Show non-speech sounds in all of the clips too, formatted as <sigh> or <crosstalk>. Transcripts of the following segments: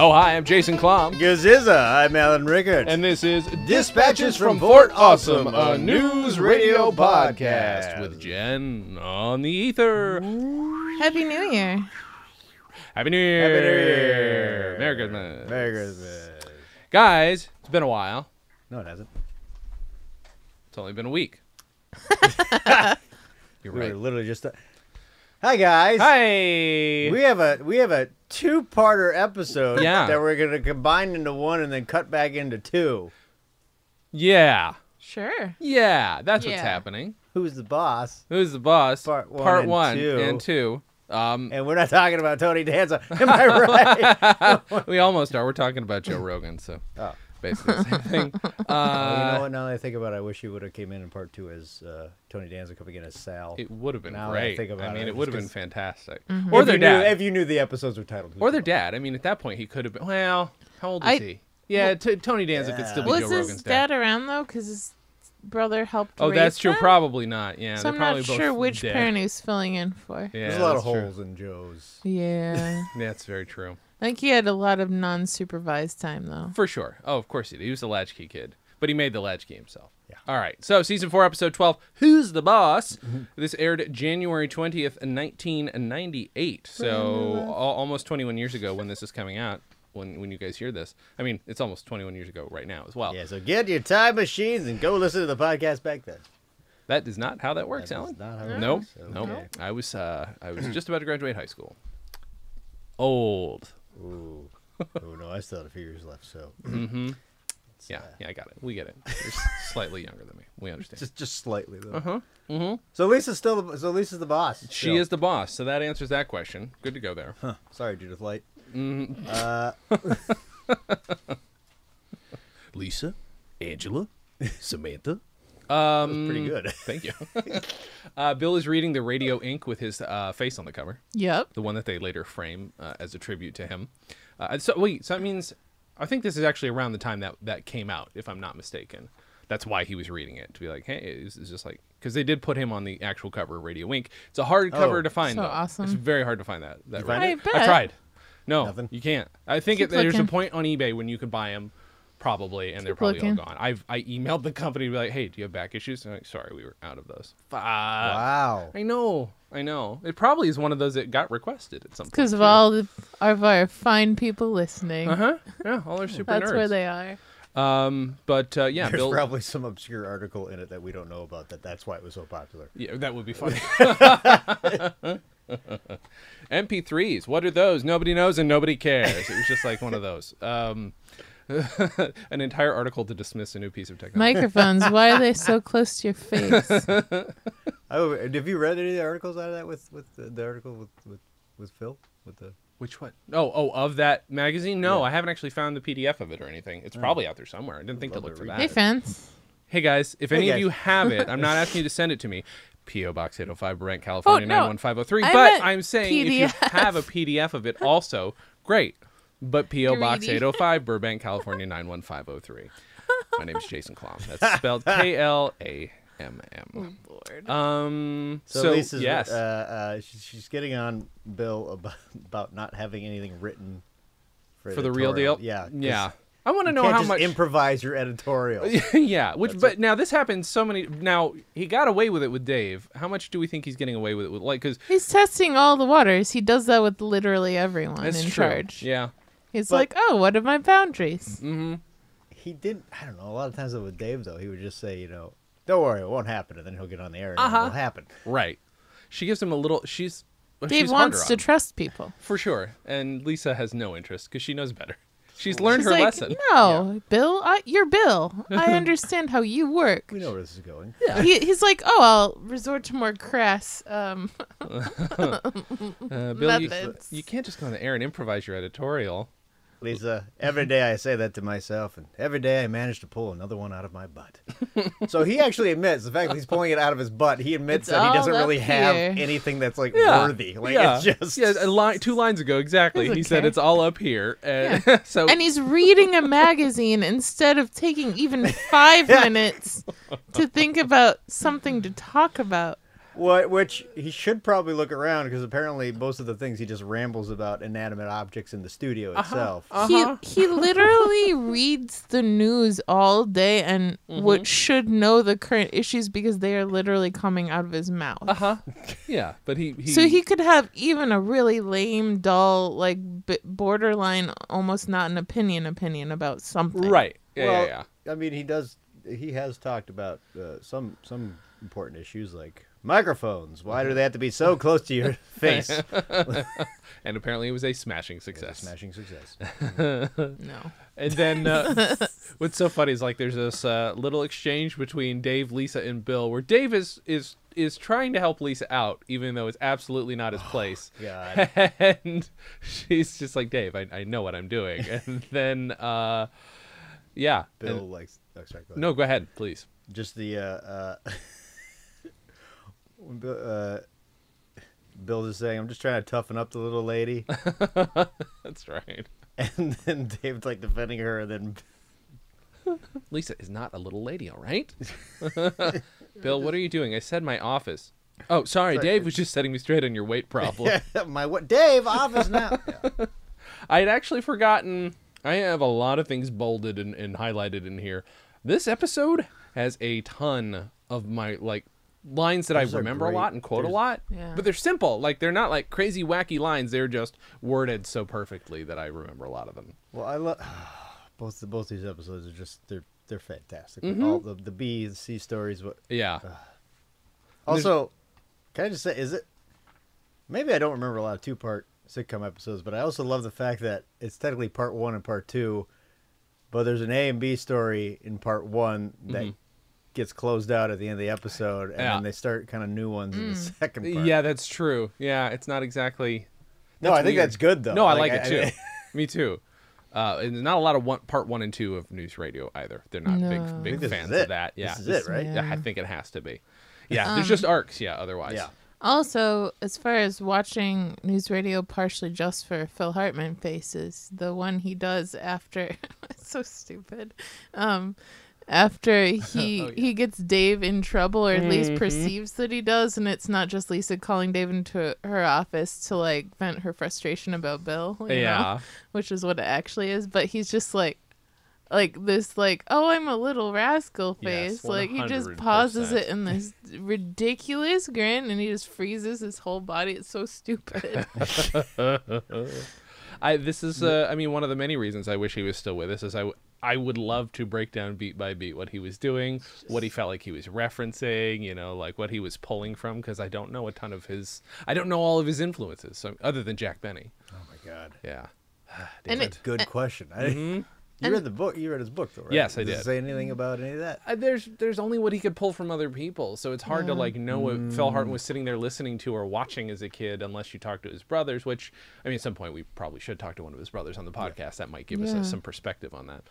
Oh, hi. I'm Jason Klom. Gaziza, I'm Alan Rickards. And this is Dispatches from Fort Awesome, a news radio podcast. with Jen on the ether. Happy New Year. Happy New Year. Happy New Year. Merry Christmas. Merry Christmas. Guys, it's been a while. No, it hasn't. It's only been a week. You're We right. were literally just. uh, Hi guys. Hi. We have a we have a two-parter episode Yeah. that we're going to combine into one and then cut back into two. yeah. Sure. Yeah. That's what's Yeah. happening. Who's the boss? Who's the boss? Part one Part and one two. and two. <laughs> Um, And we're not talking about Tony Danza. Am <laughs> I right? we almost are. We're talking about Joe Rogan, so Oh. basically the same thing. Well, Oh, you Uh, know what? Now that I think about it, I wish you would have came in in part two as uh, Tony Danza coming in as Sal. It would have been Now that I great. I, think about mean, it, it, would have just been 'cause- fantastic. Or Mm-hmm. if their you knew, dad. if you knew the episodes were titled. or their dad. I mean, at that point, he could have been. Well, how old is I- he? Yeah, t- Tony Danza could still be Was Joe his Rogan's dad, around though? Because his brother helped. Oh, raise that's true. them? Probably not. Yeah, So they're I'm probably not both sure which dead. parent he's filling in for. Yeah, There's a lot of that's true. holes in Joe's. <laughs> Yeah. That's very true. I think he had a lot of non-supervised time though. For sure. Oh, of course he did. He was the latchkey kid, but he made the latchkey himself. Yeah. All right. So, season four, episode 12, Who's the Boss? Mm-hmm. This aired January 20th, 1998. So, al- almost 21 years ago when this is coming out, when, when you guys hear this. I mean, it's almost 21 years ago right now as well. Yeah, so get your time machines and go listen to the podcast back then. That is not how that works, That is Alan. not how it nope. works. Okay. Nope. I was uh, I <clears throat> was just about to graduate high school. Old. Ooh. oh no, I still had a few years left, <laughs> so Mm-hmm. Yeah. uh, Yeah, I got it. We get it. You're s- slightly younger than me. We understand. just just slightly though. Uh-huh. So Lisa's still the, so Lisa's the boss. She is the boss, so that answers that question. Good to go there. Sorry, Judith Light. Mm-hmm. Uh, <laughs> <laughs> Lisa, Angela, <laughs> Samantha. That was pretty good. <laughs> Thank you. uh, Bill is reading the Radio Ink with his uh, face on the cover, Yep. the one that they later frame uh, as a tribute to him. Uh, so wait, so that means I think this is actually around the time that that came out, if I'm not mistaken. That's why he was reading it to be like, hey, it's, it's just like because they did put him on the actual cover of Radio Ink. It's a hard cover Oh. to find. So though. awesome. It's very hard to find that. that find radio- it? I I bet. tried. No, Nothing? you can't. I think it, Keep there's a looking. point on eBay when you could buy them, probably, and they're Keep probably all looking. gone. I've I emailed the company to be like, hey, do you have back issues? And they're like, sorry, we were out of those. Fuck. Wow. I know, I know. It probably is one of those that got requested at some point. Because of all the, of our fine people listening. Uh huh. Yeah, all are super That's nerds. where they are. Um, but uh, yeah, There's Bill. probably some obscure article in it that we don't know about that that's why it was so popular. Yeah, that would be <laughs> funny. <laughs> MP3s. What are those? Nobody knows and nobody cares. It was just like one of those. Um, <laughs> an entire article to dismiss a new piece of technology. <laughs> Microphones. why are they so close to your face? Oh, and have you read any of the articles out of that with with the, the article with, with with Phil with the Which one? Oh, oh, of that magazine? No, I haven't actually found the PDF of it or anything. It's probably out there somewhere. I didn't think to love look to for read that. hey, fans. Hey guys, if any of guys. you have it, I'm not <laughs> asking you to send it to me. P.O. Box 805 Brent, California Oh, no. 91503. I But meant I'm saying if you PDF. have a PDF of <laughs> it also, great. But P.O. Box Greedy. 805 Burbank, California 91503. My name is Jason Klom. <laughs> That's spelled K L A M M. Lord. Um, so, So, Lisa's, yes. uh, uh, she- she's getting on Bill about, about not having anything written for the real editorial. deal? Yeah, 'cause Yeah. You I want to know can't how just much. improvise your editorial. <laughs> yeah, which but now this happened so many. Now he got away with it with Dave. How much do we think he's getting away with it with like? Because He's testing all the waters. He does that with literally everyone that's in true. charge. Yeah, Mm-hmm. He's But- like, oh, what are my boundaries? he didn't. I don't know. A lot of times with Dave though, he would just say, you know, don't worry, it won't happen, and then he'll get on the air and Uh-huh. it'll happen. right. She gives him a little. She's well, Dave she's harder wants on to him, trust people. for sure, and Lisa has no interest because she knows better. <laughs> She's learned She's her like, lesson. No, Bill, I, you're Bill. <laughs> I understand how you work. We know where this is going. He, he's like, oh, I'll resort to more crass. Um, Uh, Bill, you, Methods. you can't just go on the air and improvise your editorial. Lisa, uh, every day I say that to myself, and every day I manage to pull another one out of my <laughs> butt. so he actually admits the fact that he's pulling it out of his butt. He admits It's that he all doesn't up really have here. anything that's like worthy. Like yeah. it's just yeah, a line, two lines ago exactly. It's He said okay. it's all up here, and <laughs> so and he's reading a magazine instead of taking even <laughs> five minutes to think about something to talk about. what which he should probably look around because apparently most of the things he just rambles about inanimate objects in the studio Uh-huh. itself. Uh-huh. He he literally reads the news all day and Mm-hmm. what should know the current issues because they are literally coming out of his mouth. yeah, but he, he So he could have even a really lame, dull, like b- borderline, almost not an opinion opinion about something. right. Yeah, well, yeah, yeah. I mean, he does. He has talked about uh, some some important issues like microphones. Why do they have to be so close to <laughs> your face? And apparently it was a smashing success. Smashing success. No. And then uh, <laughs> what's so funny is like there's this uh, little exchange between Dave, Lisa, and Bill where Dave is is is trying to help Lisa out, even though it's absolutely not his place. Oh, God. <laughs> and she's just like, Dave, I, I know what I'm <laughs> doing. And then, uh, yeah, Bill And- likes. Oh, sorry, go ahead. no, go ahead, please. just the uh, uh, <laughs> when Bill, uh, Bill is saying, "I'm just trying to toughen up the <laughs> little lady," That's right. and then Dave's like defending her, and then Lisa is not a little lady, all <laughs> right? <laughs> Bill, what are you doing? I said my office. Oh, sorry, Dave was just setting me straight on your weight problem. <laughs> my what? Dave, <laughs> office now. Yeah. I had actually forgotten. I have a lot of things bolded and, and highlighted in here. This episode has a ton of my like lines that Those I are remember a great. lot and quote a There's- lot, Yeah. but they're simple. Like they're not like crazy wacky lines. They're just worded so perfectly that I remember a lot of them. Well, I love <sighs> both. Both these episodes are just they're they're fantastic. Mm-hmm. All the the B and C stories. What Yeah, also? Can I just say, is it? Maybe I don't remember a lot of two part sitcom episodes, but I also love the fact that it's technically part one and part two, but there's an A and B story in part one that gets closed out at the end of the episode, and Mm-hmm. Yeah. then they start kind of new ones in the second part. yeah, that's true. Yeah, it's not exactly. no, I think weird. that's good though. No, I like, it too. <laughs> Me too. Uh, and not a lot of one, part one and two of news radio either. They're not No. I big think big this fans is it. of that. Yeah, This is it, right? Yeah, I think it has to <laughs> be. Yeah, there's just arcs. Yeah, otherwise. Yeah. Also, as far as watching news radio partially just for Phil Hartman faces, the one he does after <laughs> it's so stupid. Um <laughs> after Oh, he he gets Dave in trouble or at least perceives that he does and it's not just Lisa calling Dave into her office to like vent her frustration about Bill, you know, Yeah. which is what it actually is, but he's just like like this like oh i'm a little rascal face Yes, like he just 100%. pauses it in this ridiculous grin and he just freezes his whole body it's so stupid I this is uh, I mean one of the many reasons I wish he was still with us is I w- I would love to break down beat by beat what he was doing, what he felt like he was referencing, you know, like what he was pulling from because I don't know a ton of his I don't know all of his influences so, other than Jack Benny. Oh my god. Yeah. and it, Good question. I, You read the book. You read his book, though, right? Mm-hmm. Yes, I Does it did. Say anything about any of that? Uh, there's there's only what he could pull from other people, so it's hard to like know what Mm. Phil Hartman was sitting there listening to or watching as a kid, unless you talk to his brothers. Which I mean, at some point we probably should talk to one of his brothers on the podcast. That might give us Yeah. us some perspective on that.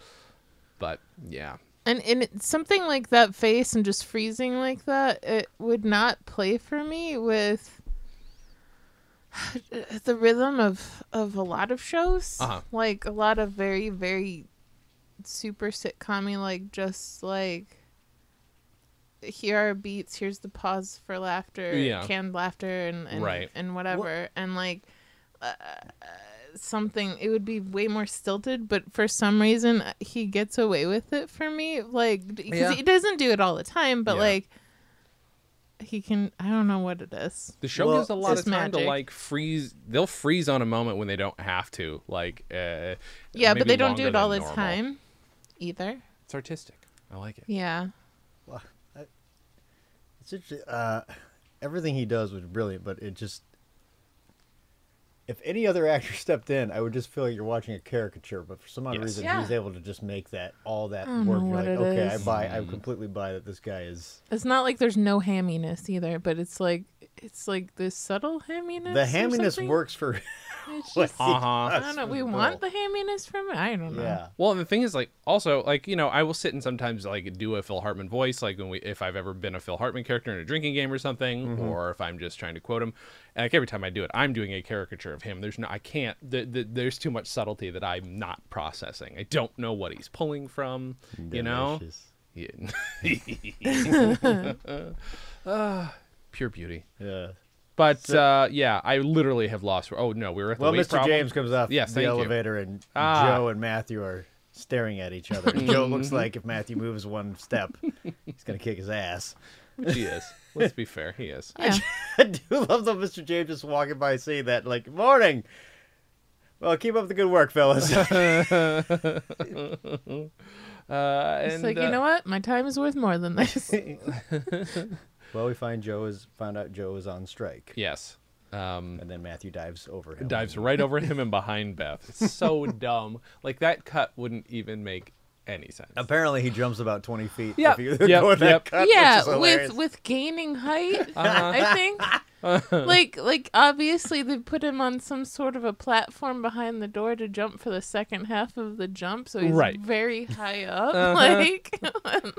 But yeah, and, and it, something like that face and just freezing like that it would not play for me with <sighs> the rhythm of of a lot of shows Uh-huh. like a lot of very very super sitcom like just like here are beats here's the pause for laughter Yeah. canned laughter and and, Right. and whatever and like uh, something it would be way more stilted but for some reason uh, he gets away with it for me like because Yeah. he doesn't do it all the time but Yeah. like he can i don't know what it is The show Well, gives a lot of it's time to magic. like freeze. They'll freeze on a moment when they don't have to. Like, uh, yeah but maybe they don't do longer it all the than normal. time either It's artistic. I like it. yeah It's interesting. Uh, everything he does was brilliant, but it just if any other <laughs> actor stepped in, I would just feel like you're watching a caricature. But for some odd Yes. reason, Yeah. he's able to just make that all that don't work. know You're what like, it okay, is. I buy. Mm-hmm. I completely buy that this guy is. It's not like there's no hamminess either, but it's like it's like this subtle hamminess. The or hamminess something. <laughs> works for. It's what just- he Uh-huh. I does don't know. with We Bill. want the hamminess from it. I don't know. Yeah. Well, and the thing is, like, also, like, you know, I will sit and sometimes like do a Phil Hartman voice, like when we, if I've ever been a Phil Hartman character in a drinking game or something, Mm-hmm. or if I'm just trying to quote him. And, like every time I do it, I'm doing a caricature of him. There's no, I can't. The, the, there's too much subtlety that I'm not processing. I don't know what he's pulling from. You know, Delicious. yeah. Ah, <laughs> <sighs> pure beauty. Yeah. But uh, yeah, I literally have lost. Oh no, we were at the Well, weight Mr. problem. James comes off Yes, the thank you. elevator, and Ah. Joe and Matthew are staring at <laughs> each other. Joe looks like if Matthew moves one step, he's gonna kick his ass. <laughs> He is. Let's be fair. He <laughs> is. Yeah. I do love though Mr. James just walking by saying that, like, morning. Well, keep up the good <laughs> work, fellas. <laughs> Uh, <laughs> It's and, like you uh, know what? My time is worth more <laughs> than this. well, we find Joe is found out Joe is on strike, Yes. Um, and then Matthew dives over <laughs> him. dives right over him and behind Beth. It's so <laughs> dumb. Like that cut wouldn't even make any sense. Apparently, he jumps about twenty feet. Yep, if you <laughs> yep, go in that yep. cut, which is yeah, hilarious. with with <laughs> gaining height, Uh-huh. I think. like like obviously they put him on some sort of a platform behind the door to jump for the second half of the jump, so he's Right. very high up. Uh-huh. <laughs> Like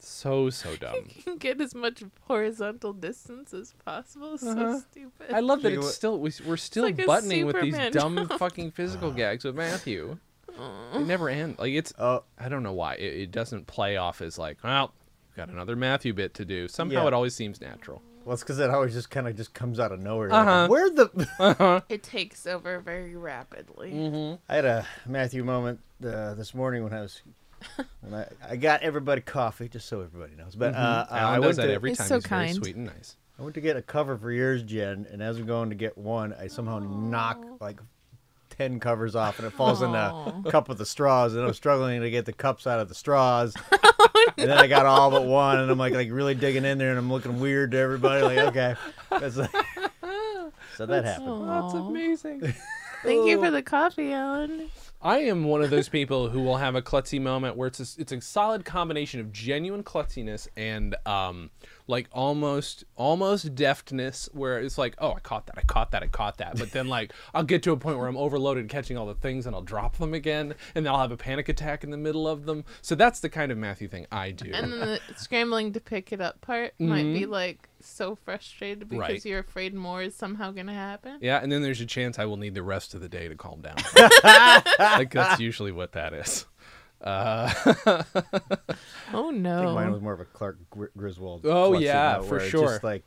So so <laughs> dumb. can get as much horizontal distance as possible. So stupid. Uh-huh. I love that You- it's still we- we're still like a buttoning with these Superman dumb fucking <laughs> physical gags with Matthew. It never ends. Like it's Oh, I don't know why it, it doesn't play off as like well we've got another Matthew bit to do. Somehow Yeah. it always seems natural. well, it's because that always just kind of just comes out of nowhere. Uh-huh. Like, Where the <laughs> it takes over very rapidly. Mm-hmm. I had a Matthew moment uh, this morning when I <laughs> was when I, I got everybody coffee, just so everybody knows. But uh, Mm-hmm. Alan I does went that to, every He's time. so He's very kind. sweet and nice. I went to get a cover for yours, Jen, and as I'm going to get one, I somehow knock like ten covers off, and it falls in Aw. a cup with the straws, and I'm struggling to get the cups out of the <laughs> straws. Oh, And then I got all but one, and I'm like like really digging in there, and I'm looking weird to everybody. Like okay, That's like- so that happened. That's Aw. amazing. Thank you for the coffee, Alan. I am one of those people who will have a klutzy moment where it's a, it's a solid combination of genuine klutziness and um like almost almost deftness where it's like oh I caught that I caught that I caught that but then like I'll get to a point where I'm overloaded catching all the things and I'll drop them again and then I'll have a panic attack in the middle of them so that's the kind of Matthew thing I do And then the scrambling to pick it up part might be like so frustrated because Mm-hmm. Right. you're afraid more is somehow gonna happen. yeah and then there's a chance I will need the rest of the day to calm <laughs> down like that's usually what that is Oh I think mine no. was more of a Clark Gr- Griswold. Oh, Fluxing, yeah, though, for where it's sure. Just like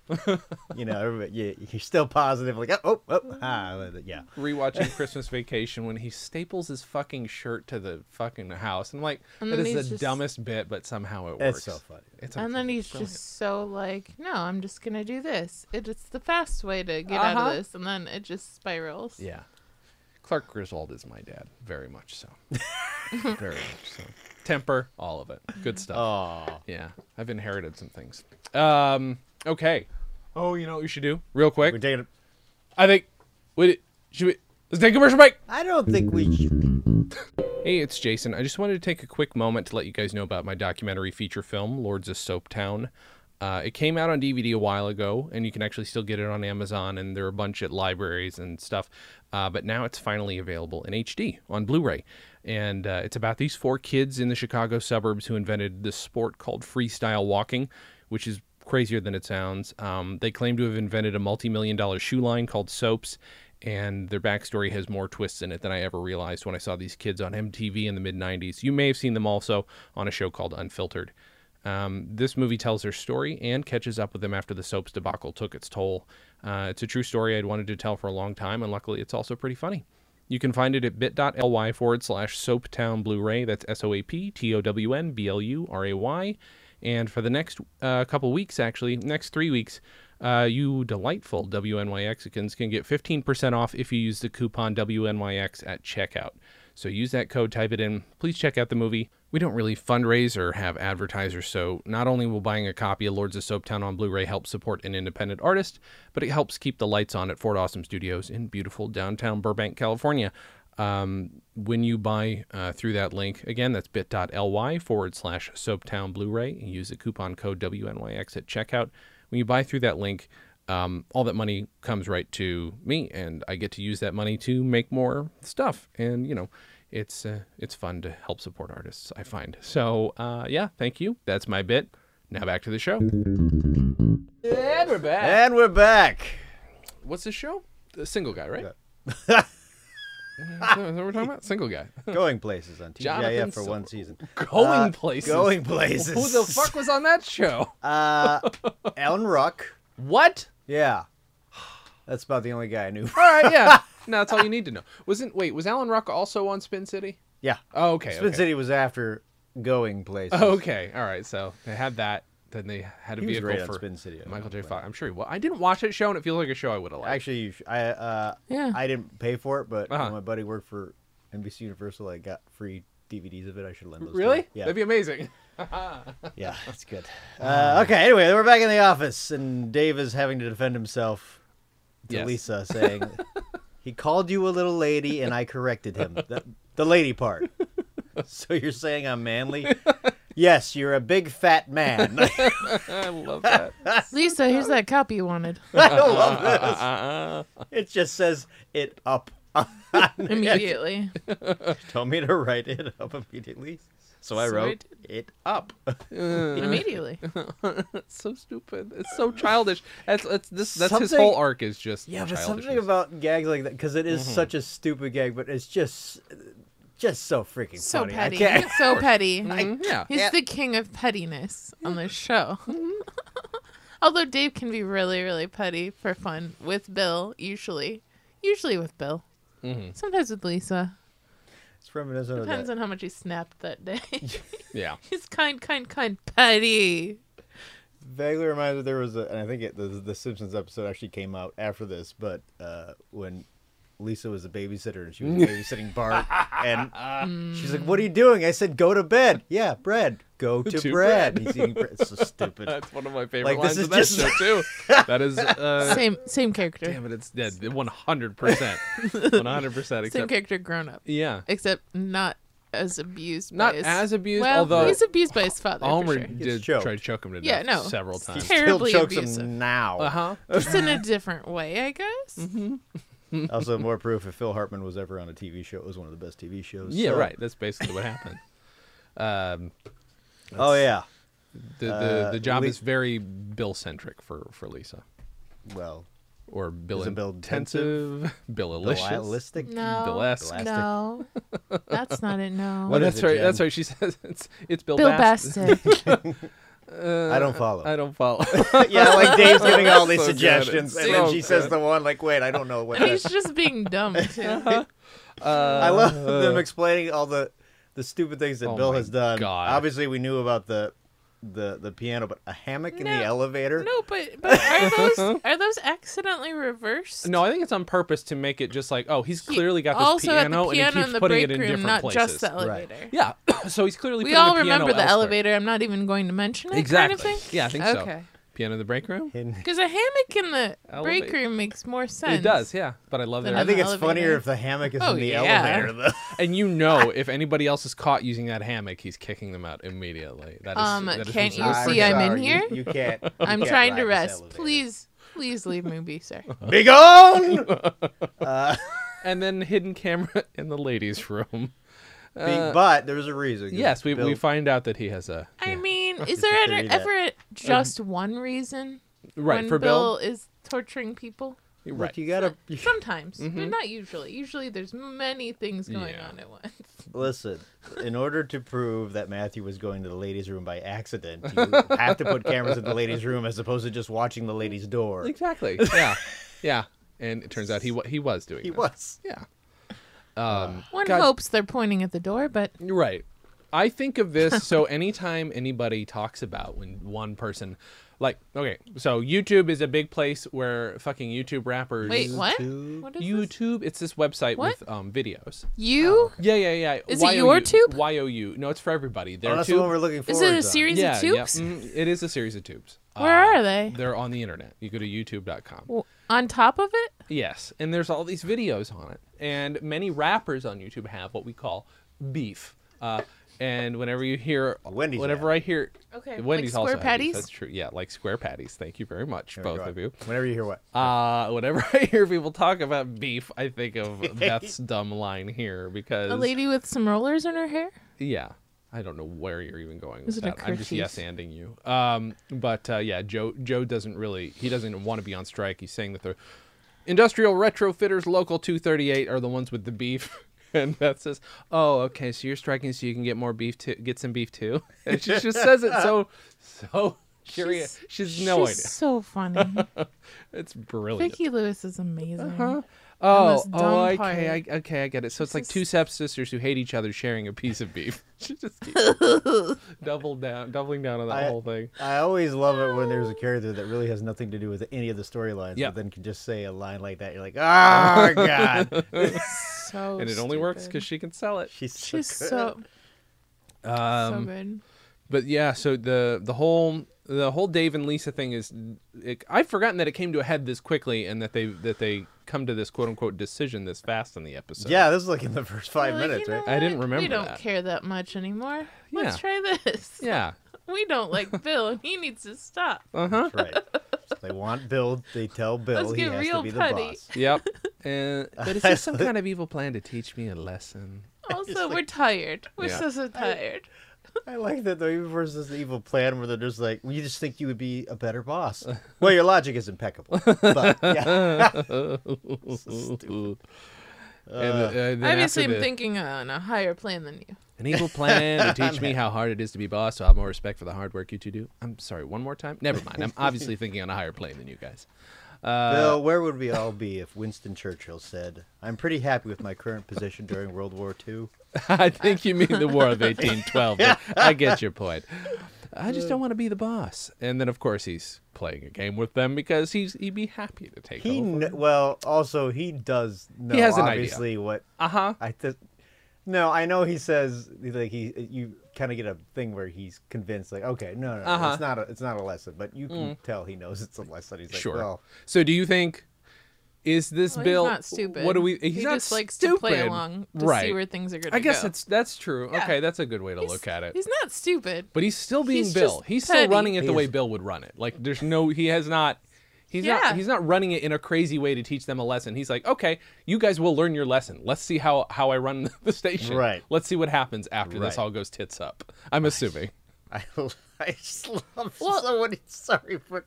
you know, everybody, you, you're still positive. Like oh, oh, oh ah, yeah. rewatching Christmas Vacation when he staples his fucking shirt to the fucking house. And I'm like, And that then is the he's just- dumbest bit, but somehow it works. That's so funny. It's And then okay. he's just so like, no, I'm just gonna do this. It, it's the fast way to get out Uh-huh. of this, and then it just spirals. yeah. Clark Griswold is my dad, very much <laughs> so. very much so. Temper, all of it, good stuff. Oh, Yeah, I've inherited some things. Um, okay. Oh, you know what we should do real we're quick? taking. A, I think. Wait, should we? Let's take a commercial break. I don't think we. Should. Hey, it's Jason. I just wanted to take a quick moment to let you guys know about my documentary feature film, Lords of Soaptown. Uh, it came out on DVD a while ago, and you can actually still get it on Amazon, and there are a bunch at libraries and stuff. Uh, but now it's finally available in HD on Blu ray. And uh, it's about these four kids in the Chicago suburbs who invented this sport called freestyle walking, which is crazier than it sounds. Um, they claim to have invented a multi million dollar shoe line called Soaps, and their backstory has more twists in it than I ever realized when I saw these kids on MTV in the mid 90s. You may have seen them also on a show called Unfiltered. Um, this movie tells their story and catches up with them after the soaps debacle took its toll. Uh, it's a true story I'd wanted to tell for a long time, and luckily it's also pretty funny. You can find it at bit.ly forward slash soaptown blu ray. That's S O A P T O W N B L U R A Y. And for the next uh, couple weeks, actually, next three weeks, uh, you delightful WNYXicans can get 15% off if you use the coupon WNYX at checkout. So use that code, type it in. Please check out the movie. we don't really fundraise or have advertisers, so not only will buying a copy of Lords of Soaptown on Blu-ray help support an independent artist, but it helps keep the lights on at Fort Awesome Studios in beautiful downtown Burbank, California. Um, when you buy uh, through that link, again, that's bit.ly forward slash Soaptown Blu-ray, and use the coupon code WNYX at checkout. When you buy through that link, um, all that money comes right to me, and I get to use that money to make more stuff. And you know, it's uh, it's fun to help support artists. I find so. Uh, yeah, thank you. That's my bit. Now back to the show. And we're back. <laughs> And we're back. What's this show? The single guy, right? <laughs> Is that what we're talking about? Single guy. Going places on Jonathan TGIF for one season. Going Uh, places. Going places. Who the fuck was on that show? <laughs> Uh, Alan Ruck. <laughs> What? Yeah. That's about the only guy I knew. All right, yeah. No, that's all you need to know. Wasn't wait? Was Alan Ruck also on Spin City? <laughs> Yeah. Oh, okay. Spin okay. City was after Going Places. Okay, all right. So they had that. Then they had a He was vehicle great on for Spin City, I Michael don't J. Fox. I'm sure he was. I didn't watch that show, and it feels like a show I would have liked. Actually, you sh- I uh, Yeah. I didn't pay for it, but Uh-huh. when my buddy worked for NBC Universal. I got free DVDs of it. I should lend those. to really? him. Yeah. That'd be amazing. <laughs> Yeah, that's good. Uh, okay, anyway, we're back in the office, and Dave is having to defend himself to Yes. Lisa, <laughs> saying, He called you a little lady, and I corrected him. The, the lady part. <laughs> So you're saying I'm manly? yes, you're a big fat man. <laughs> I love that. Lisa, here's that copy <laughs> you wanted. I don't love Uh, this. It just says it up. Immediately. <laughs> Told me to write it up immediately. So I So I wrote did. it Up. Immediately. uh, It's so stupid. It's so childish. That's, that's this. That's his Something- whole arc is just Yeah, but childishness. something about gags like that because it is such a stupid gag, but it's just, just so freaking So funny. I petty. can't- So <laughs> petty. Mhm, yeah. He's Yeah. the king of pettiness on this show. <laughs> Although Dave can be really, really petty for fun with Bill, usually. Usually with Bill. Mm-hmm. Sometimes with Lisa. It's reminiscent of Depends that. on how much he snapped that day. <laughs> Yeah. He's kind, kind, kind, petty. Vaguely reminds me there was a, and I think it, the the Simpsons episode actually came out after this, but uh, when Lisa was a babysitter and she <laughs> was babysitting Bart, Mm. and she's like, "What are you doing?" I said, "Go to bed." Yeah, bread. <laughs> Go to, To bread. He's eating bread. It's <laughs> so stupid. That's one of my favorite Like, lines this is of that just- show <laughs> too. That is. Uh, Same same character. damn it! It's dead. One hundred <laughs> percent. One hundred percent. Same Except character grown up. yeah. Except not as abused. Not by his, as abused, well, although- he's abused by his father. Almer for sure. did choked. try to choke him to Yeah, death no. several times. Still Terribly chokes abusive. him now. Uh huh. Oh, Just in a different way, I guess. Mm-hmm. <laughs> also, more proof if Phil Hartman was ever on a TV show, it was one of the best TV shows. Yeah, so- right. That's basically what happened. Um, Oh yeah. the the, Uh, the job Li- is very Bill centric for for Lisa Well, or Bill Is it Bill intensive, <laughs> Bill ilicious. realistic. No. Burlesque. No. That's not <laughs> it. No. Oh, What is that's it, right. That's Jen? right. She says it's it's Bill, Bill Bast- Baston. I don't follow. I don't follow. <laughs> yeah, <laughs> like Dave's giving all these So good. suggestions, It's and then so she says good. the one like, "Wait, I don't know what." and That <laughs> he's just being dumb <laughs> too. Uh-huh. I love them explaining all the the stupid things that Oh Bill my has done. God. Obviously, we knew about the the the piano, but a hammock in No. the elevator. No, but but are those <laughs> are those accidentally reversed? no, I think it's on purpose to make it just like, oh, he's He clearly got this also at piano, the piano and he keeps in the putting break it in room, different not places. just the elevator. Yeah, <clears throat> so he's clearly. We putting all the piano remember the elsewhere. elevator. I'm not even going to mention it. Exactly. Kind of thing. Yeah, I think so. okay. Piano in the break room. And Because a hammock in the break Elevate. room makes more sense. It does, yeah. But I love Then that. I think the it's elevator. funnier if the hammock is Oh, in the yeah. elevator, though. And you <laughs> know, if anybody else is caught using that hammock, he's kicking them out immediately. That is, Um, that is <laughs> can't what's- You see I'm in here? You, can't. you I'm can't trying ride to this rest. elevator. Please, please leave <laughs> me, sir. be <laughs> gone. <laughs> Uh, And then hidden camera <laughs> in the ladies' room. Be- but there's a reason. 'cause Yes, we, we Bill- find out that he has a I yeah. mean, <laughs> is there Just to ever, read that. ever a- just one reason right when for Bill. is torturing people? Bill Look, right, you gotta Sometimes, but not usually. Usually, there's many things going Mm-hmm. Yeah. on at once. Listen, in order to prove that Matthew was going to the ladies' room by accident, <laughs> you have to put cameras in the ladies' room as opposed to just watching the ladies' door. <laughs> exactly. Yeah, yeah. And it turns out he wa- he was doing. He that. was. Yeah. One God. hopes they're pointing at the door, but You're <laughs> Right. I think of this so anytime anybody talks about when one person Like, okay, so YouTube is a big place where fucking YouTube rappers. Wait, what? YouTube? What is this? YouTube, it's this website What? with um videos. You? Yeah, yeah, yeah. Is it your tube? Y O U. No, it's for everybody. Their Oh, that's tube. the one we're looking for. Is it a series yeah, of tubes? yeah. Mm, it is a series of tubes. Where Uh, are they? They're on the internet. You go to YouTube.com. W- On top of it? Yes, and there's all these videos on it, and many rappers on YouTube have what we call beef. Uh, and whenever you hear, Wendy's whenever ad. I hear, Okay, like Wendy's square also had beef, patties? That's true. Yeah, like square patties. Thank you very much, There we both go. of you. Whenever you hear what? Uh, whenever <laughs> I hear people talk about beef, I think <laughs> of Beth's dumb line here because A lady with some rollers in her hair? yeah. I don't know where you're even going with Was it a that. I'm just yes kerchief? anding you. Um, but uh, yeah, Joe Joe doesn't really he doesn't want to be on strike. He's saying that the industrial retrofitters local 238 are the ones with the beef. <laughs> And Beth says, "Oh, okay. So you're striking so you can get more beef to get some beef too." <laughs> And she just says it so so curious. She's, no She's idea. so funny. <laughs> It's brilliant. Vicky Lewis is amazing. Oh, those dumb oh, part. okay, I, okay, I get it. So it's like two stepsisters who hate each other sharing a piece of beef. <laughs> She just keeps <laughs> double down, doubling down on that I- whole thing. I always love it when there's a character that really has nothing to do with any of the storylines, Yeah. but then can just say a line like that. You're like, <laughs> oh god, So and it only works stupid. because she can sell it. she's so she's good. so Um, so good. But yeah, so the the whole the whole Dave and Lisa thing is, it, I've forgotten that it came to a head this quickly and that they that they come to this quote unquote decision this fast in the episode. Yeah, this is like in the first five Like, you minutes, know right? I didn't what? remember We don't that. care that much anymore. Yeah. Let's try this. yeah, We don't like <laughs> Bill, and he needs <laughs> to stop. uh huh. That's right. So they want Bill. They tell Bill Let's he get has real to be petty. the boss. <laughs> Yep. And, but <laughs> is this some kind of evil plan to teach me a lesson? Also, we're tired. We're Yeah. so so tired. I like that though. Even versus the evil plan, where they're just like, "We just think you would be a better <laughs> boss." well, your logic is impeccable. But, yeah. and, uh, then after Obviously, I'm the- thinking on a higher plan than you. An <laughs> evil plan to teach me how hard it is to be boss, so I have more respect for the hard work you two do. I'm sorry, one more time? Never mind. I'm <laughs> obviously thinking on a higher plane than you guys. <laughs> Uh, Bill, where would we all be if Winston Churchill said, "I'm pretty happy with my current position during World War II"? I think you mean the War <laughs> of 1812. but I get your point. I just don't want to be the boss. And then, of course, he's playing a game with them because he's he'd be happy to take He over. kn- well, also he does know has an idea. obviously what Uh huh. I th- No, I know he says like he you kind of get a thing where he's convinced like okay no no, no, Uh-huh. Mm. it's not a it's not a lesson but you can tell he knows it's a lesson he's like Sure. well So, do you think is this Well, Bill? he's not stupid. What do we? He's he not just likes stupid. to play along to right. see where things are going to go. I guess it's that's true. Okay, that's a good way to He's- look at it. He's not stupid. <laughs> But he's still being He's Bill. just He's still petty. running it the He way is. Bill would run it. Like there's no he has not he's Yeah. not he's not running it in a crazy way to teach them a lesson. He's like, "Okay, you guys will learn your lesson. Let's see how how I run <laughs> the station. Right. Let's see what happens after this Right. all goes tits up." I'm assuming. <laughs> <laughs> I, I just love <laughs> someone. Sorry, but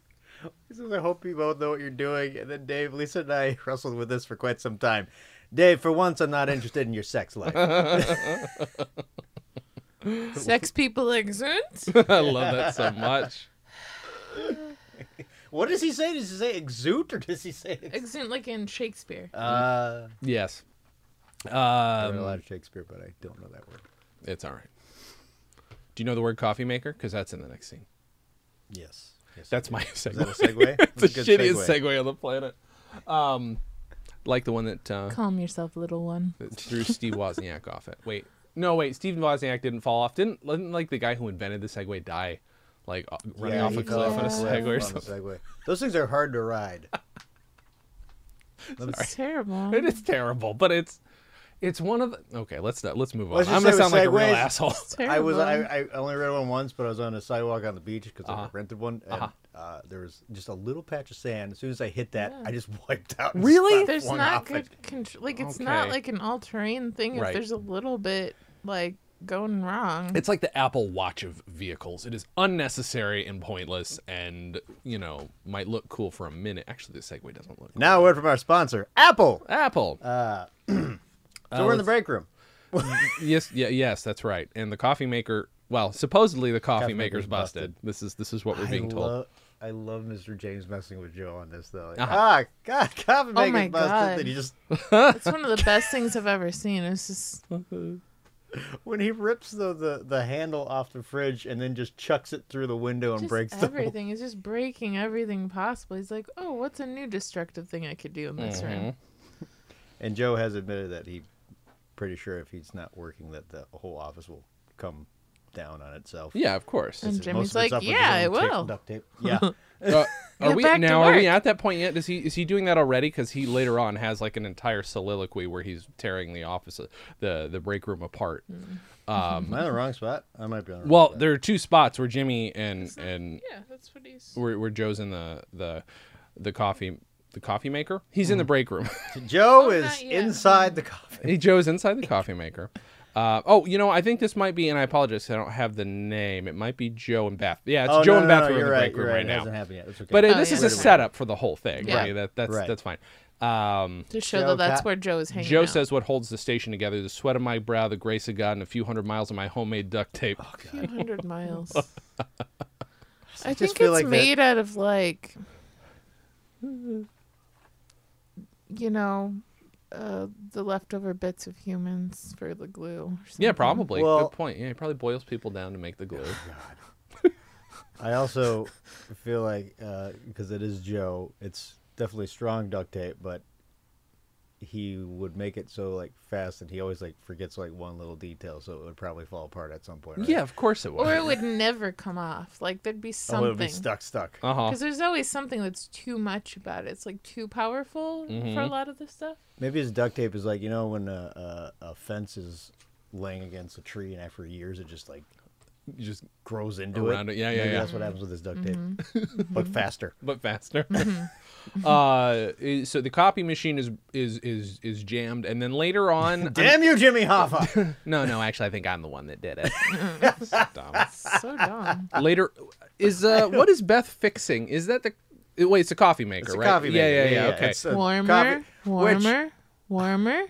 he says, I hope you both know what you're doing. And then Dave, Lisa, and I <laughs> wrestled with this for quite some time. Dave, for once, I'm not interested in your sex <laughs> life. Sex people <laughs> exudes. I love that so much. what does he say? Does he say exude or does he say? Ex- exude like in Shakespeare. uh, Yes. I read a Um, lot of Shakespeare, but I don't know that word. it's all right. Do you know the word coffee maker? Cuz that's in the next scene. Yes. yes That's my <laughs> Is that a segue. segue? it's the That's a good shittiest segue. on the planet. Um like the one that uh, Calm yourself, little one. that threw Steve Wozniak off it. Wait, no, wait. Steve Wozniak didn't fall off. Didn't, didn't like the guy who invented the Segway die, like uh, running Yeah, off he a fell cliff on a off Segway cliff or on a something? <laughs> Segway. Those things are hard to ride. It's terrible. It is terrible, but it's it's one of the. Okay, let's not let's move on. Let's I'm just gonna say sound like a real Segways- asshole. <laughs> I was I, Terrible. I only read one once, but I was on a sidewalk on the beach because Uh-huh. I rented one, and uh Uh-huh. there was just a little patch of sand. As soon as I hit that, I just <laughs> wiped out. and Really? stuff there's flung not off it. good control. Like it's not Okay. like an all-terrain thing. Right. If there's a little bit like going <laughs> wrong, It's like the Apple Watch of vehicles. It is unnecessary and pointless, and you know might look cool for a minute. Actually, the Segway doesn't look. Now a word from our sponsor, Apple. cool. Apple. Uh, So we're in the break room. yes, yeah, yes, that's right. And the coffee maker. Well, supposedly the coffee, Coffee maker's maker's busted. busted. This is this is what we're I being told. love, I love Mr. James messing with Joe on this though. Like, Uh-huh. Ah, God, coffee Oh maker's my busted. God. Then he just It's one of the best things I've ever seen. It's just when he rips the, the the handle off the fridge and then just chucks it through the window and Just breaks the whole everything. He's just breaking everything possible. He's like, oh, what's a new destructive thing I could do in this room? And Joe has admitted that he pretty sure if he's not working that the whole office will come down on itself. Yeah, of course. And Most of Jimmy's it's like, up with his yeah, own it tape- will. duct tape. <laughs> Yeah. Uh, are Get we back to now? Are we work. at that point yet? Is he is he doing that already? Because he later on has like an entire soliloquy where he's tearing the office, the the break room apart. Mm. Um, Am I in the wrong spot? I might be on the wrong well, spot. there are two spots where Jimmy and and Yeah, that's what he's. where, where Joe's in the the the coffee the coffee maker. He's Mm-hmm. in the break room. Joe Oh, is not yet. inside the coffee. Hey, Joe's inside the coffee maker. Uh, oh, you know, I think this might be, and I apologize, I don't have the name. It might be Joe and Beth. Yeah, it's Oh, Joe no, and no, Beth no, who are in you're the right, break you're room right. right, It now. hasn't happened yet. It's okay. But uh, Oh, this yeah, is a that's right. setup for the whole thing. Yeah. Right? That, that's Right. that's fine. Um, To show Joe that that's got- where Joe is hanging Joe out. says what holds the station together: the sweat of my brow, the grace of God, and a few hundred miles of my homemade duct tape. Oh, A few hundred miles. Uh, I just think it's feel like that- made out of like, you know, uh, the leftover bits of humans for the glue. Or yeah, something. probably. Well- Good point. Yeah, he probably boils people down to make the glue. I also feel like because it is Joe, it's definitely strong duct tape, but he would make it so like fast and he always like forgets like one little detail, so it would probably fall apart at some point. Right? yeah, of course it Or <laughs> it was. would never come off. Like there'd be oh, something. it would be stuck, stuck. Uh huh. Because there's always something that's too much about it. It's like too powerful for a lot of this stuff. Maybe his duct tape is like you know when a, a, a fence is laying against a tree and after years it just like Just grows into Around it. Yeah, yeah, Maybe yeah. That's what happens with his duct tape, Mm-hmm. but faster. but faster. <laughs> uh, i- so the copy machine is is is is jammed, and then later <laughs> on, <laughs> Damn you, Jimmy <laughs> Hoffa! no, no, actually, I think I'm the one that <laughs> did it. Dumb. So dumb. Later, is uh, what is Beth fixing? Is that the uh, wait? It's a coffee maker, It's a right? coffee yeah, maker. yeah, yeah, Okay. It's uh, a Warmer, coffee- which- warmer, warmer.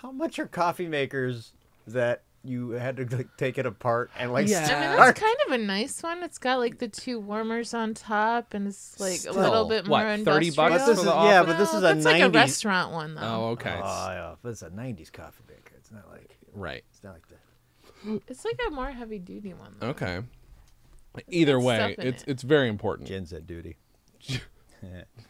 How much are coffee makers that you had to like, take it apart and like Yeah. I mean, <laughs> start- that's kind of a nice one. It's got like the two warmers on top, and it's like a little Still, bit more what, 30 bucks industrial. But this is- yeah, but this No, is a that's like a 90s restaurant one though. oh, <laughs> okay. Oh, yeah, but it's a '90s coffee maker. It's not like right. it's not like the. It's like a more heavy duty one though. Okay. Either got way, stuff in it's it. it's very important. <laughs> Jen said duty.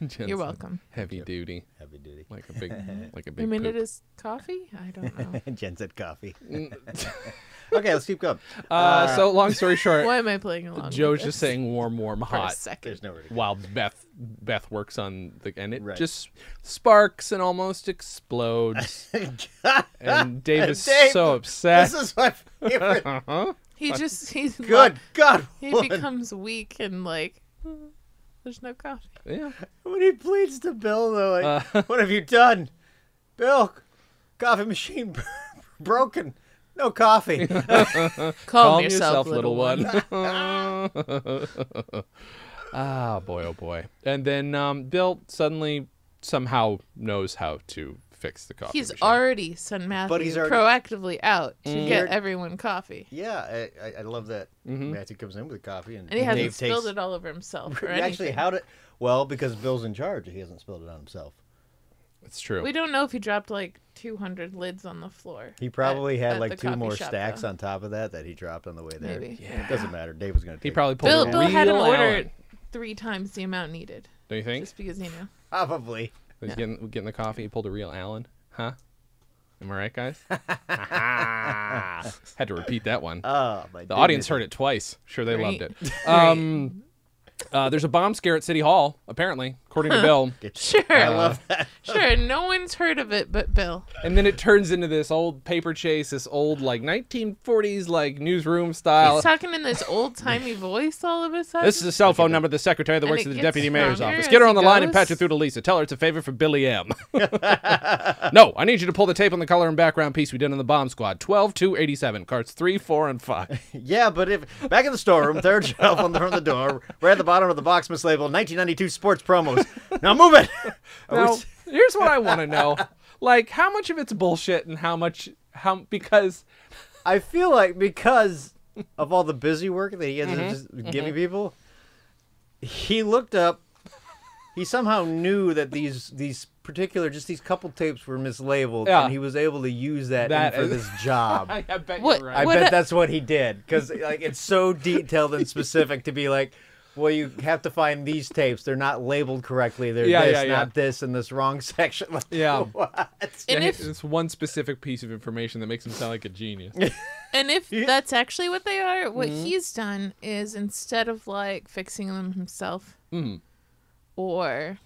Jensen. You're welcome. Heavy duty, Heavy duty. like a <laughs> big, like a I big. mean, poop. it is coffee. I don't know. Jen said <laughs> coffee. Mm. <laughs> okay, let's keep going. Uh, so long story <laughs> short, Why am I playing along? with Joe's just this saying warm, warm, for a hot. second. There's nowhere to go. while Beth Beth works on the and it Right. just sparks and almost <laughs> explodes. <laughs> <laughs> and Dave is Dave, so upset. This is my favorite. <laughs> He just <laughs> he's Good God! He woman. becomes weak and like. <laughs> There's no coffee. yeah. When he pleads to Bill, though, like, Uh. what have you done? Bill, coffee machine bro- <laughs> broken. No <laughs> coffee. <laughs> Calm, Calm yourself, little <laughs> one. <laughs> ah, boy, oh boy. And then um, Bill suddenly somehow knows how to fix the coffee. He's machine. already sent Matthew he's already- proactively out to get everyone coffee. yeah, I, I, I love that Matthew comes in with the coffee and, Mm-hmm. And he hasn't Dave spilled takes. it all over <laughs> himself or Actually, anything. how did? Well, because Bill's in charge, he hasn't spilled it on himself. It's true. We don't know if he dropped like 200 lids on the floor. He probably at- had at the like two coffee more shop, stacks though. on top of that that he dropped on the way there. Maybe. It doesn't matter. Dave was gonna. Take he probably pulled Bill, a Bill had him real order Allen. three times the amount needed. Don't you think? Just because, you know. it. probably. He's Getting, getting the coffee, he pulled a real Allen. Huh? Am I right, guys? <laughs> Had to repeat that <laughs> one. Oh my. The audience heard it twice. Sure, they loved Right. it. <laughs> Um, uh, there's a bomb scare at City Hall, apparently, according to <laughs> Bill. Sure. I love that. <laughs> sure. No one's heard of it but Bill. and then it turns into this old paper chase, this old like 1940s like newsroom style. He's talking in this old timey voice all of a sudden. This is a cell phone number of the secretary that And works it at the gets deputy mayor's stronger office. as Get her it on the line and goes. patch her through to Lisa. Tell her it's a favor for Billy <laughs> M. no, I need you to pull the tape on the color and background piece we did on the bomb squad. 12, 2, 87, cards 3, 4, and 5. <laughs> Yeah, but if back in the storeroom, third <laughs> shelf on the front of the door, right at the bottom of the box mislabeled 1992 <laughs> sports promos. Now move it. Are we Now, s- here's what I want to <laughs> know. Like, how much of it's bullshit and how much, how, because I feel like because of all Mm-hmm. the busy work that he ends up just giving people, he looked up he somehow knew that these these particular just these couple tapes were mislabeled, Yeah. and he was able to use that, in That for is- this <laughs> job. I, I bet What- you're I right. What bet a- that's what he did because like it's so detailed and specific to be like, well, you have to find these tapes. They're not labeled correctly. They're Yeah, this, yeah, yeah. not this, and this wrong <laughs> section. Like, Yeah. what? And Yeah, if- it's one specific piece of information that makes him sound like a genius. And if that's actually what they are, what Mm-hmm. he's done is instead of like fixing them himself, Mm-hmm. <laughs> or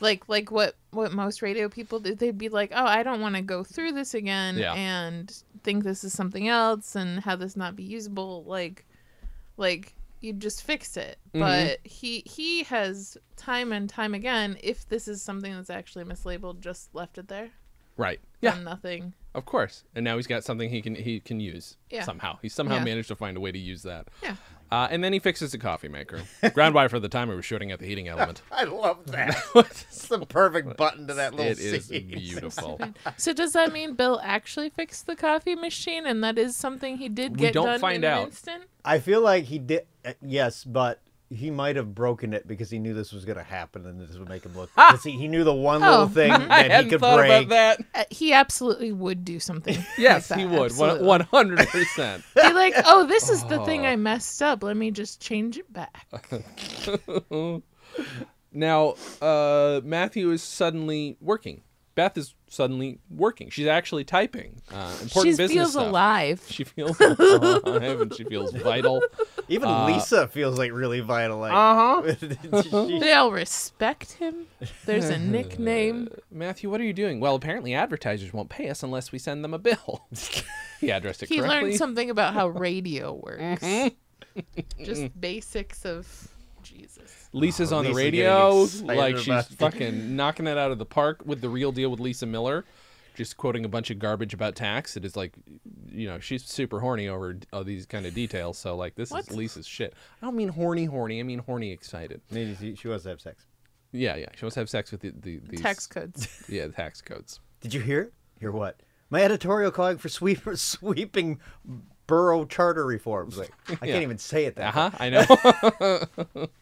like like what what most radio people do, they'd be like, "Oh, I don't want to go through this again Yeah. and think this is something else and have this not be usable." Like, like you just fix it. Mm-hmm. But he he has time and time again. If this is something that's actually mislabeled, just left it there. right. <laughs> Yeah. done nothing. Of course. And now he's got something he can he can use Yeah. somehow. He somehow Yeah. managed to find a way to use that. Yeah. Uh, and then he fixes the coffee maker. <laughs> Ground wire for the timer was shooting at the heating element. <laughs> I love that. it's the perfect button to that little it is <laughs> scene. beautiful. So does that mean Bill actually fixed the coffee machine, and that is something he did We get don't done find in out. an instant? I feel like he did. uh, Yes, but he might have broken it because he knew this was going to happen and this would make him look. <laughs> Because he, he knew the one Oh. little thing I that he hadn't could thought break. about <laughs> that. Uh, he absolutely would <laughs> do something. Yes, like he that, would. absolutely. One hundred percent. <laughs> Be like, oh, this is the thing I messed up. Let me just change it back. Now, uh, Matthew is suddenly working. Beth is suddenly working. She's actually typing. Uh, important She business feels stuff. alive. <laughs> She feels alive and she feels vital. Even Lisa feels like really vital. Like, Uh huh. <laughs> she- They all respect him. <laughs> There's a nickname. Matthew, what are you doing? Well, apparently advertisers won't pay us unless we send them a bill. <laughs> he addressed it He correctly. learned something about how radio works. Mm-hmm. Just basics of Jesus. Lisa's on the Lisa radio, getting excited like she's about it. fucking knocking it out of the park with the real deal with Lisa Miller, just quoting a bunch of garbage about tax. It is like, you know, she's super horny over d- all these kind of details. So like, this is What? Lisa's shit. I don't mean horny, horny. I mean horny, excited. <laughs> Maybe she- she wants to have sex. Yeah, yeah. She wants to have sex with the, the these, Tax codes. <laughs> Yeah, the tax codes. Did you hear? it? Hear what? My editorial calling for sweep, <laughs> sweeping borough charter reforms. Like, I Yeah. can't even say it that. Uh way. Uh-huh, <laughs> huh. I know. uh, <laughs>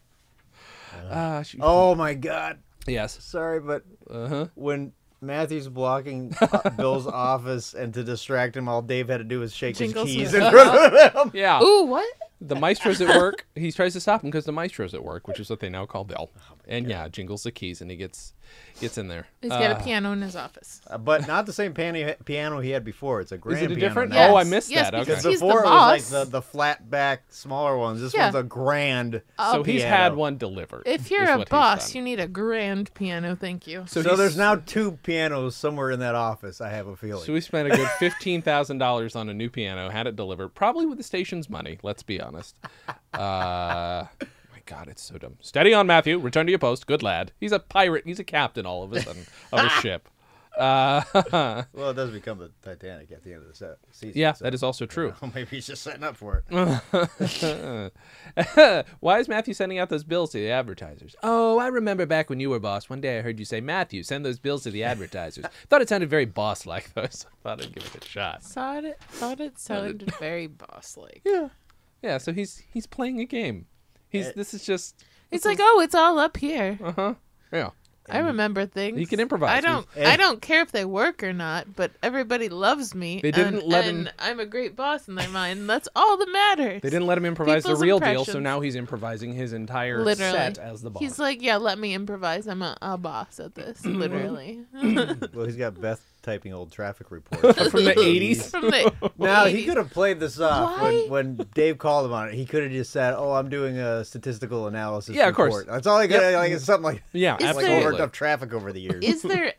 Ah, she, Oh my god! yes. Sorry, but Uh-huh. when Matthew's blocking uh, <laughs> Bill's office and to distract him, all Dave had to do was shake Jingle his keys. <laughs> smith. in front of him. Yeah. Ooh, what? <laughs> The maestro's at work. He tries to stop him because the maestro's at work, which is what they now call Bill. and yeah, jingles the keys and he gets gets in there. He's Uh, got a piano in his office. Uh, but not the same piano, piano he had before. It's a grand is it a piano different? now. now. Oh, I Yes. missed Yes, that. Okay. because Before He's the it was boss. like the, the flat back, smaller ones. This Yeah. Uh, one's a grand. so he's piano. had one delivered. If is you're a what he's boss, done. you need a grand piano. Thank you. so, So he's- there's now two pianos somewhere in that office. I have a feeling. So we spent a good fifteen thousand dollars on a new piano, had it delivered, probably with the station's money. Let's be honest. Uh, <laughs> my God, it's so dumb. Steady on, Matthew. Return to your post. Good lad. He's a pirate. He's a captain all of a sudden of a <laughs> ship. Uh, Well, it does become the Titanic at the end of the se- season. yeah, so- that is also true. <laughs> Maybe he's just setting up for <laughs> it. Why is Matthew sending out those bills to the advertisers? Oh, I remember back when you were boss. One day I heard you say, Matthew, send those bills to the <laughs> advertisers. Thought it sounded very boss like, though, so I thought I'd give it a shot. Thought it thought <laughs> it sounded very boss like. Yeah, so he's he's playing a game. He's this is just It's like, oh, it's all up here. yeah. I remember things. Uh, he can improvise. I don't. I don't care if they work or not, but everybody loves me. They didn't and, let him- and I'm a great boss in their mind. That's all that matters. They didn't let him improvise the People's real deal, so impressions. now he's improvising his entire literally. set as the boss. He's like, yeah, let me improvise. I'm a, a boss at <laughs> this. Literally. well, he's got Beth typing old traffic reports. <laughs> From the 80s? <laughs> <laughs> From the <laughs> Now he could have played this off Why? when, when Dave called him on it. He could have just said, "Oh, I'm doing a statistical analysis." Yeah, of course. report." That's all he could like. It's something like yeah, there- like absolutely. over enough traffic over the <laughs> years. is there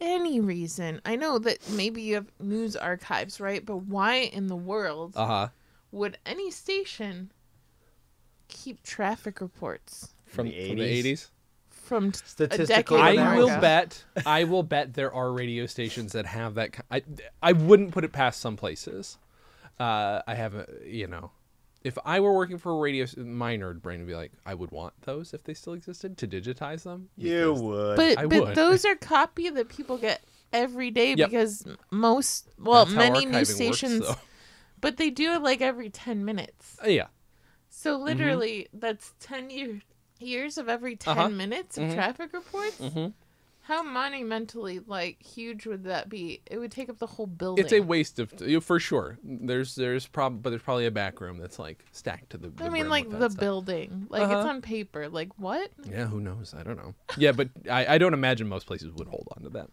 any reason? I know that maybe you have news archives, right? But why in the world uh-huh. would any station keep traffic reports From, The from the 80s? 80s. from t- a Statistical decade I America. will ago? bet. I will bet there are radio stations that have that. ki- I I wouldn't put it past some places. Uh, I have a you know, if I were working for a radio, s- my nerd brain would be like, I would want those if they still existed to digitize them. you would. But I but would. those are copy that people get every day Yep. because most well That's how many archiving news works, stations, though. but they do it like every ten minutes. Uh, yeah, So literally, that's ten years years of every 10 Uh-huh. Mm-hmm. minutes of traffic reports? How monumentally like huge would that be? It would take up the whole building. It's a waste of you know, for sure. There's there's prob but there's probably a back room that's like stacked to the. the I mean, brim like with that the stuff. building, like Uh-huh. it's on paper. Like what? Yeah, who knows? I don't know. Yeah, but I, I don't imagine most places would hold on to that.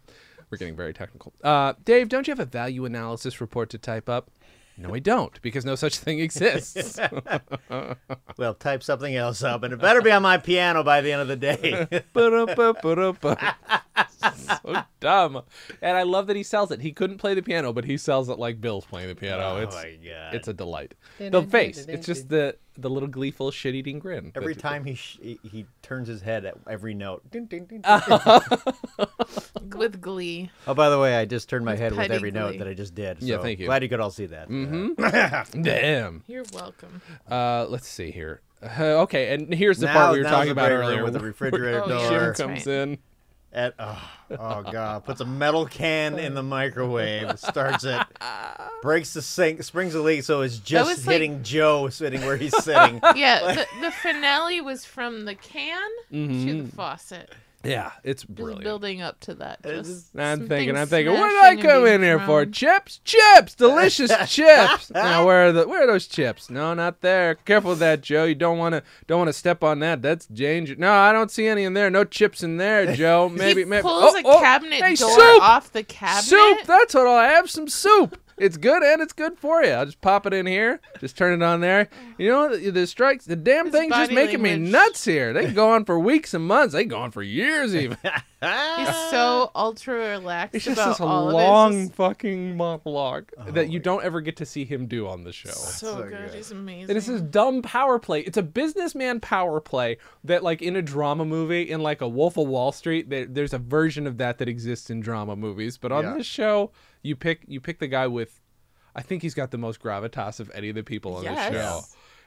We're getting very technical. Uh, Dave, don't you have a value analysis report to type up? No, I don't, because no such thing <laughs> exists. Well, type something else up, and it better be on my piano by the end of <laughs> the <laughs> day. Ba-da-ba-ba-da-ba. so dumb. And I love that he sells it. He couldn't play the piano, but he sells it like Bill's playing the piano. it's Oh god! it's a delight. The face. It's just the the little gleeful shit eating grin. every that- time he, sh- he he turns his head at every note. Dun, dun, dun, dun. With glee. Oh, by the way, I just turned my head with petty every note glee. that I just did. Yeah, so thank you. Mm-hmm. Glad you could all see that. Uh, Damn. You're welcome. Uh, let's see here. Uh, okay, and here's the Now- part we were now's talking the about big one earlier with the where refrigerator <laughs> Oh, yeah. Jim door. That's comes right. in. At, oh, oh god! Puts a metal can in the microwave, starts <laughs> it, breaks the sink, springs the leak, so it's was just like- hitting Joe sitting where he's <laughs> sitting. <laughs> Yeah, the, the finale was from the can Mm-hmm. to the faucet. Yeah, it's Just brilliant. building up to did Just I'm some thinking, things I'm thinking, what did I smashing and come being in here for? thrown. Chips, chips, <laughs> delicious chips. Now where are the where are those chips? No, not there. Careful with that, Joe. You don't want to don't want to step on that. That's danger. No, I don't see any in there. No chips in there, Joe. Maybe <laughs> he maybe. pulls oh, a oh, cabinet hey, door soup, off the cabinet. soup. That's what I'll have. Some soup. It's good and it's good for you. I'll just pop it in here. Just turn it on there. You know the, the strikes. The damn His thing's just body making me language. nuts here. They can go on for weeks and months. They can go on for <laughs> years even. He's so ultra relaxed Uh, It's just about this all of long it. Oh fucking monologue that you don't ever get to see him do on the show. <laughs> It's just so, good. He's amazing. And it's this dumb power play. It's a businessman power play that, like in a drama movie, in like a Wolf of Wall Street, there, there's a version of that that exists in drama movies. But on Yeah. this show, you pick you pick the guy with, I think he's got the most gravitas of any of the people on Yes. the show,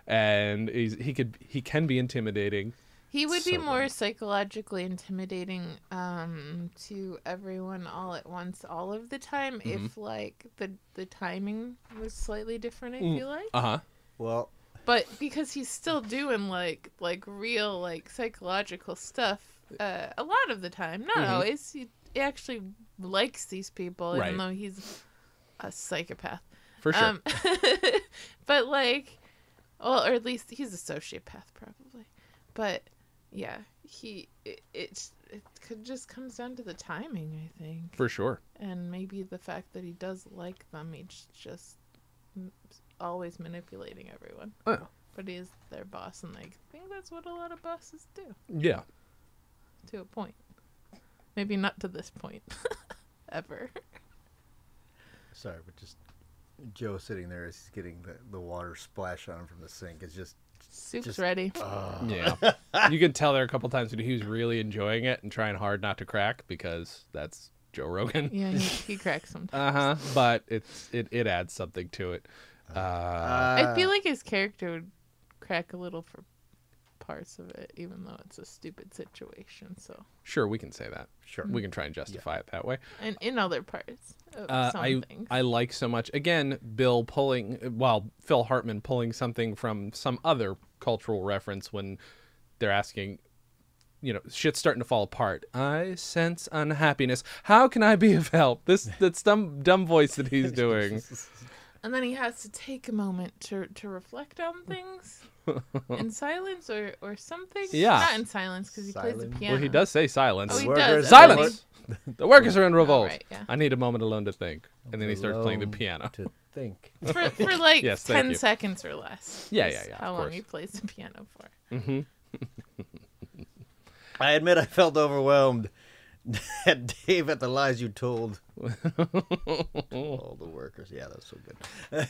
and he's, he could he can be intimidating. He would be So more psychologically intimidating um, to everyone all at once, all of the time, if like the the timing was slightly different. I feel like, Uh huh. well, but because he's still doing like like real like psychological stuff uh, a lot of the time, Mm-hmm. not always. He, he actually likes these people, Right. even though he's a psychopath. For sure. Um, <laughs> but like, well, or at least he's a sociopath probably. But yeah, he it, it's it could just comes down to the timing, I think, for sure. and maybe the fact that he does like them. He's just m- always manipulating everyone, Oh, but he is their boss, and like, I think that's what a lot of bosses do yeah. to a point. Maybe not to this point, <laughs> ever. sorry, but just Joe sitting there is getting the, the water splash on him from the sink. It's just Soup's Just- ready. uh, Yeah. you could tell there a couple times when he was really enjoying it and trying hard not to crack because that's Joe Rogan. <laughs> yeah, he, he cracks sometimes. Uh huh. But it's it, it adds something to it. Uh, I feel like his character would crack a little for parts of it, even though it's a stupid situation. So, sure, we can say that. Sure. We can try and justify it that way. and in other parts of Uh, some I things, I like so much again Bill pulling well Phil Hartman pulling something from some other cultural reference when they're asking you know shit's starting to fall apart. I sense unhappiness. How can I be of help? <laughs> This that dumb dumb voice that he's doing. and then he has to take a moment to to reflect on <laughs> things in silence or or something. Yeah. not in silence because he plays Silence. the Well, piano. Well, he does say silence. Oh, he Workers- does. Silence. The workers are in revolt. right, yeah. I need a moment alone to think. And then he starts playing the Alone piano. to think. for for <laughs> like Yes, thank ten you. seconds or less. Yeah, is yeah, yeah, How of long course. he plays the piano for? I admit I felt overwhelmed <laughs> at Dave at the lies you told. All the workers. Yeah, that's so good.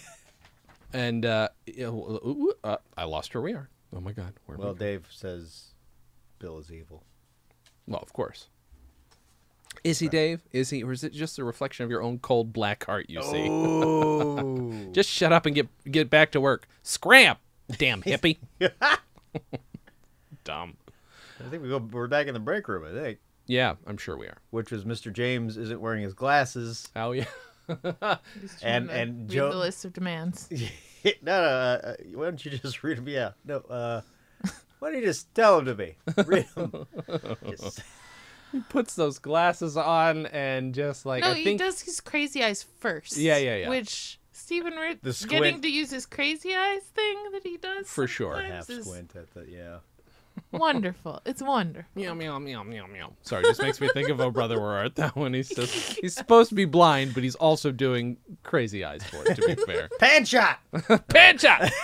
And uh, yeah, well, ooh, uh, I lost where we are. Oh my God. Where Well, well, Dave says Bill is evil. well, of course. Is he Dave? Is he, or is it just a reflection of your own cold black heart? You see, Oh. just shut up and get get back to work. Scram, damn <laughs> hippie. Dumb. I think we go. We're back in the break room. I think, Yeah, I'm sure we are. which was Mr. James isn't wearing his glasses. <laughs> Oh yeah. <laughs> He's trying And- to and read Joe- the list of demands. no, no. Uh, uh, why don't you just read me out? No. Uh, Why don't you just tell them to me? Read 'em. Just- puts those glasses on and just like no, I he think does his crazy eyes first. Yeah, yeah, yeah. Which Stephen Root The getting squint. to use his crazy eyes thing that he does For sure. sometimes half is squint at the yeah. wonderful. It's wonderful. <laughs> meow meow meow meow meow. Sorry, just makes me think of Oh Brother Where Art Thou when he's just he's supposed to be blind, but he's also doing crazy eyes for it. To be fair, Pan shot. pan shot. <laughs>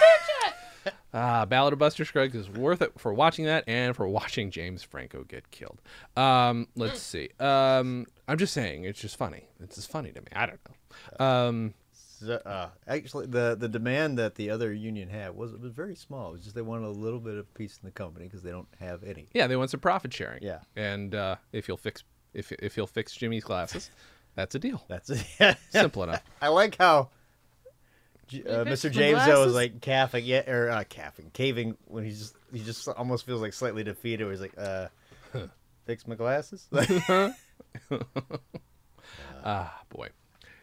Ah, Ballad of Buster Scruggs is worth it for watching that and for watching James Franco get killed. Um, let's see. Um, I'm just saying, it's just funny. It's just funny to me. I don't know. Um, So, uh, actually, the the demand that the other union had was was very small. It was just they wanted a little bit of piece in the company because they don't have any. yeah, they want some profit sharing. Yeah. and uh, if you'll fix if if you'll fix Jimmy's glasses, that's a deal. That's it. <laughs> Simple enough. I like how J- uh, fix Mr. the James though glasses? is like caffing, yeah, or uh, caffing, caving when he's just he just almost feels like slightly defeated. Where he's like, <laughs> uh, fix my glasses. Ah, boy.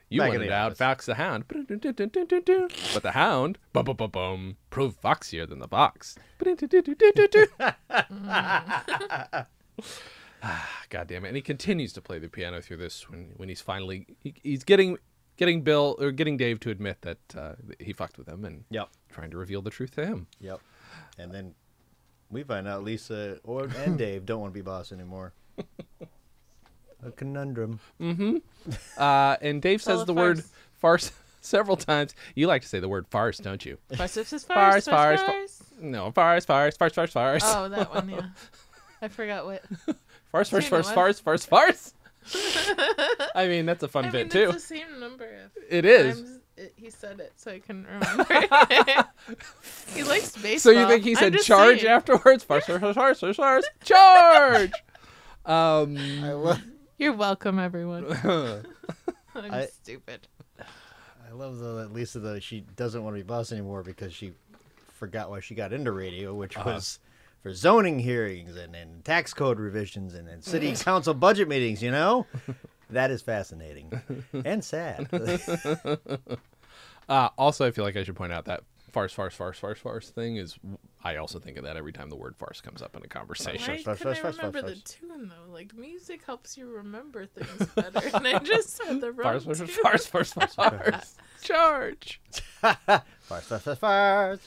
You Back in wanted the out office. Fox the Hound. But the Hound, bum bum bum bum, proved foxier than the fox. <laughs> Ah, God damn it. And he continues to play the piano through this when, when he's finally he, he's getting getting Bill or getting Dave to admit that uh, that he fucked with him and Yep. trying to reveal the truth to him. <laughs> yep. And then we find out Lisa or <laughs> and Dave don't want to be boss anymore. a conundrum. Uh, and Dave says Well, the a word farce <laughs> several times. You like to say the word farce, don't you? Farce, farce, Farce, farce, farce, farce, fa- No, farce, farce, farce, farce, farce. Oh, that <laughs> one, yeah. I forgot what. Farce, farce, Damn it, farce, what? farce, farce, farce. <laughs> I mean, that's a fun I mean, bit it's too. the same number of It is. times it, he said it, so I couldn't remember. <laughs> he likes baseball. <laughs> So you think he I'm said just charge saying. afterwards? Farce, farce, farce, farce, farce, <laughs> farce, charge. Um, I love You're welcome, everyone. <laughs> I'm I- stupid. I love though that Lisa though she doesn't want to be boss anymore because she forgot why she got into radio, which was for zoning hearings and, and tax code revisions and, and city council budget meetings. You know, that is fascinating and sad. uh, also, I feel like I should point out that farce, farce, farce, farce, farce thing is. I also think of that every time the word farce comes up in a conversation. Why Farce, farce, couldn't I farce, farce, remember the farce. tune though? Like music helps you remember things better, and I just said the wrong Farce, farce, <laughs> tune. farce, farce, farce, <laughs> farce, charge. Farce, farce, farce, farce.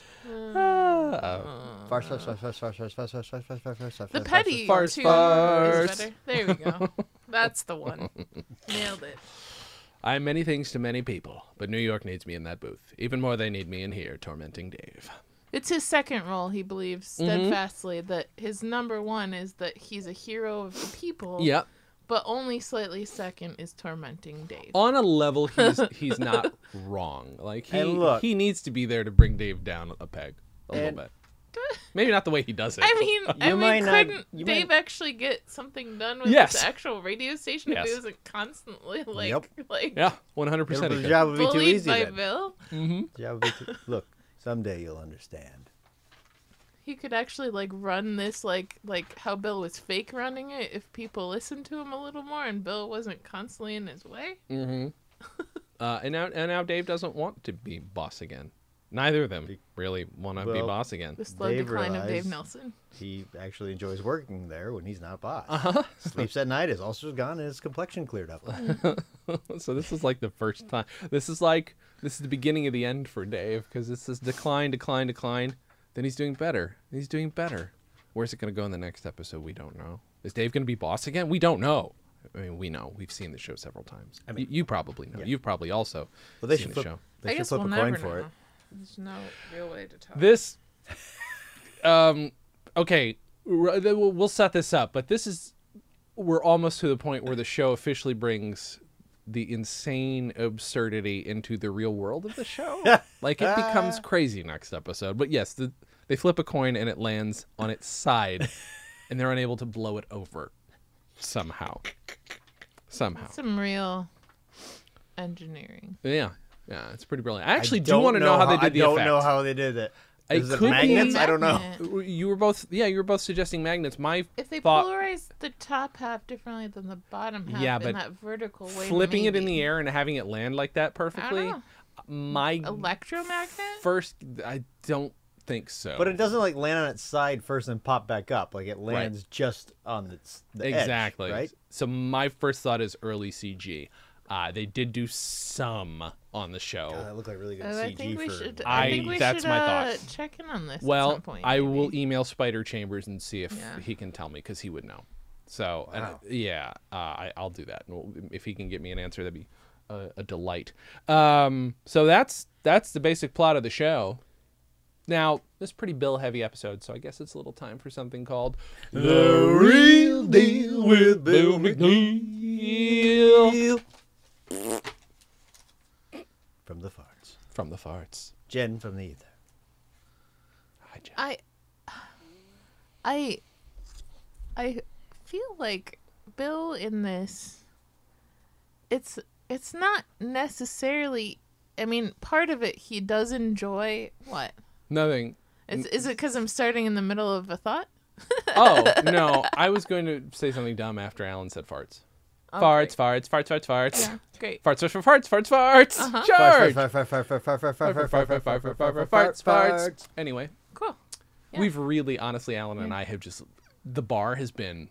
Ah, Farce, farce, farce, farce, farce, farce, farce, farce, farce, farce, farce, farce, farce, The farce, petty farce, tune farce. is better. There we go. That's <laughs> the one. Nailed it. I'm many things to many people, but New York needs me in that booth. Even more, they need me in here, tormenting Dave. It's his second role. He believes Mm-hmm. steadfastly that his number one is that he's a hero of the people. Yep. But only slightly second is tormenting Dave. on a level <laughs> he's he's not wrong. Like he And look- he needs to be there to bring Dave down a peg a And- little bit. Maybe not the way he does it. <laughs> I mean, I You might mean, not- couldn't you might- Dave actually get something done with Yes. his actual radio station if Yes. he wasn't constantly like Yep. like yeah, one hundred It'll percent. be- The job would be too bullied easy. by then. Bill? Job would be too- Look, someday you'll understand. He could actually like run this like like how Bill was fake running it if people listened to him a little more and Bill wasn't constantly in his way. Mm, Uh, and now and now Dave doesn't want to be boss again. Neither of them really want to be Well- boss again. The slow Dave decline of Dave realized- Nelson. He actually enjoys working there when he's not boss. Uh-huh. Sleeps at night, his ulcer's gone, and his complexion cleared up. <laughs> So this is like the first time. This is like this is the beginning of the end for Dave because this is decline, decline, decline. Then he's doing better. He's doing better. Where's it going to go in the next episode? We don't know. Is Dave going to be boss again? We don't know. I mean, we know. We've seen the show several times. I mean, you, probably know. You've probably also Well, they seen should the flip, show. they I should guess flip we'll a never coin know. for it. There's no real way to tell. This, um, okay, r- then we'll we'll set this up. But this is we're almost to the point where the show officially brings the insane absurdity into the real world of the <laughs> show. like it becomes crazy next episode. But yes, the, they flip a coin and it lands on its <laughs> side, and they're unable to blow it over somehow. Somehow, Some real engineering. yeah, yeah, it's pretty brilliant. I actually do don't want to know, how they did the I don't effect. know how they did it. It Is it could be- magnets? I don't know. Magnet. Uh, You were both, yeah, you were both suggesting magnets. My If they thought, polarize the top half differently than the bottom half Yeah, but in that vertical way, flipping it in the maybe. air and having it land like that perfectly. know. My electromagnet. first, I don't think so. But it doesn't like land on its side first and pop back up. Like it lands just on its the edge, exactly right? So my first thought is early CG. Uh, they did do some on the show. God, that looked like really good Oh, CG I think we for. should. I- I think we that's should my uh, thought. check in on this. at Well, some point, I maybe. will email Spider Chambers and see if Yeah. he can tell me because he would know. So and, Wow. yeah, uh, I, I'll do that. And we'll- If he can get me an answer, that'd be a, a delight. Um, so that's that's the basic plot of the show. Now this is a pretty bill heavy episode, so I guess it's a little time for something called the real deal with Bill McNeil From the farts. from the farts. Jen from the ether. Hi, Jack. I, I, I feel like Bill in this. It's it's not necessarily. I mean, part of it he does enjoy. What <laughs> Nothing. is is it? Because I'm starting in the middle of a thought. Oh no, I was going to say something dumb after Alan said farts. Farts, farts, farts, farts, farts. Yeah, great. Farts, farts, farts, farts, farts. Uh-huh. Charge. Fart, fart, fart, fart, fart, fart, fart, Farts, fart, farts, fart, farts, farts, farts, fart, fart, fart, fart, farts, fart, farts. fart. Anyway, Cool. Yeah. we've really, honestly, Alan and I have just the bar has been,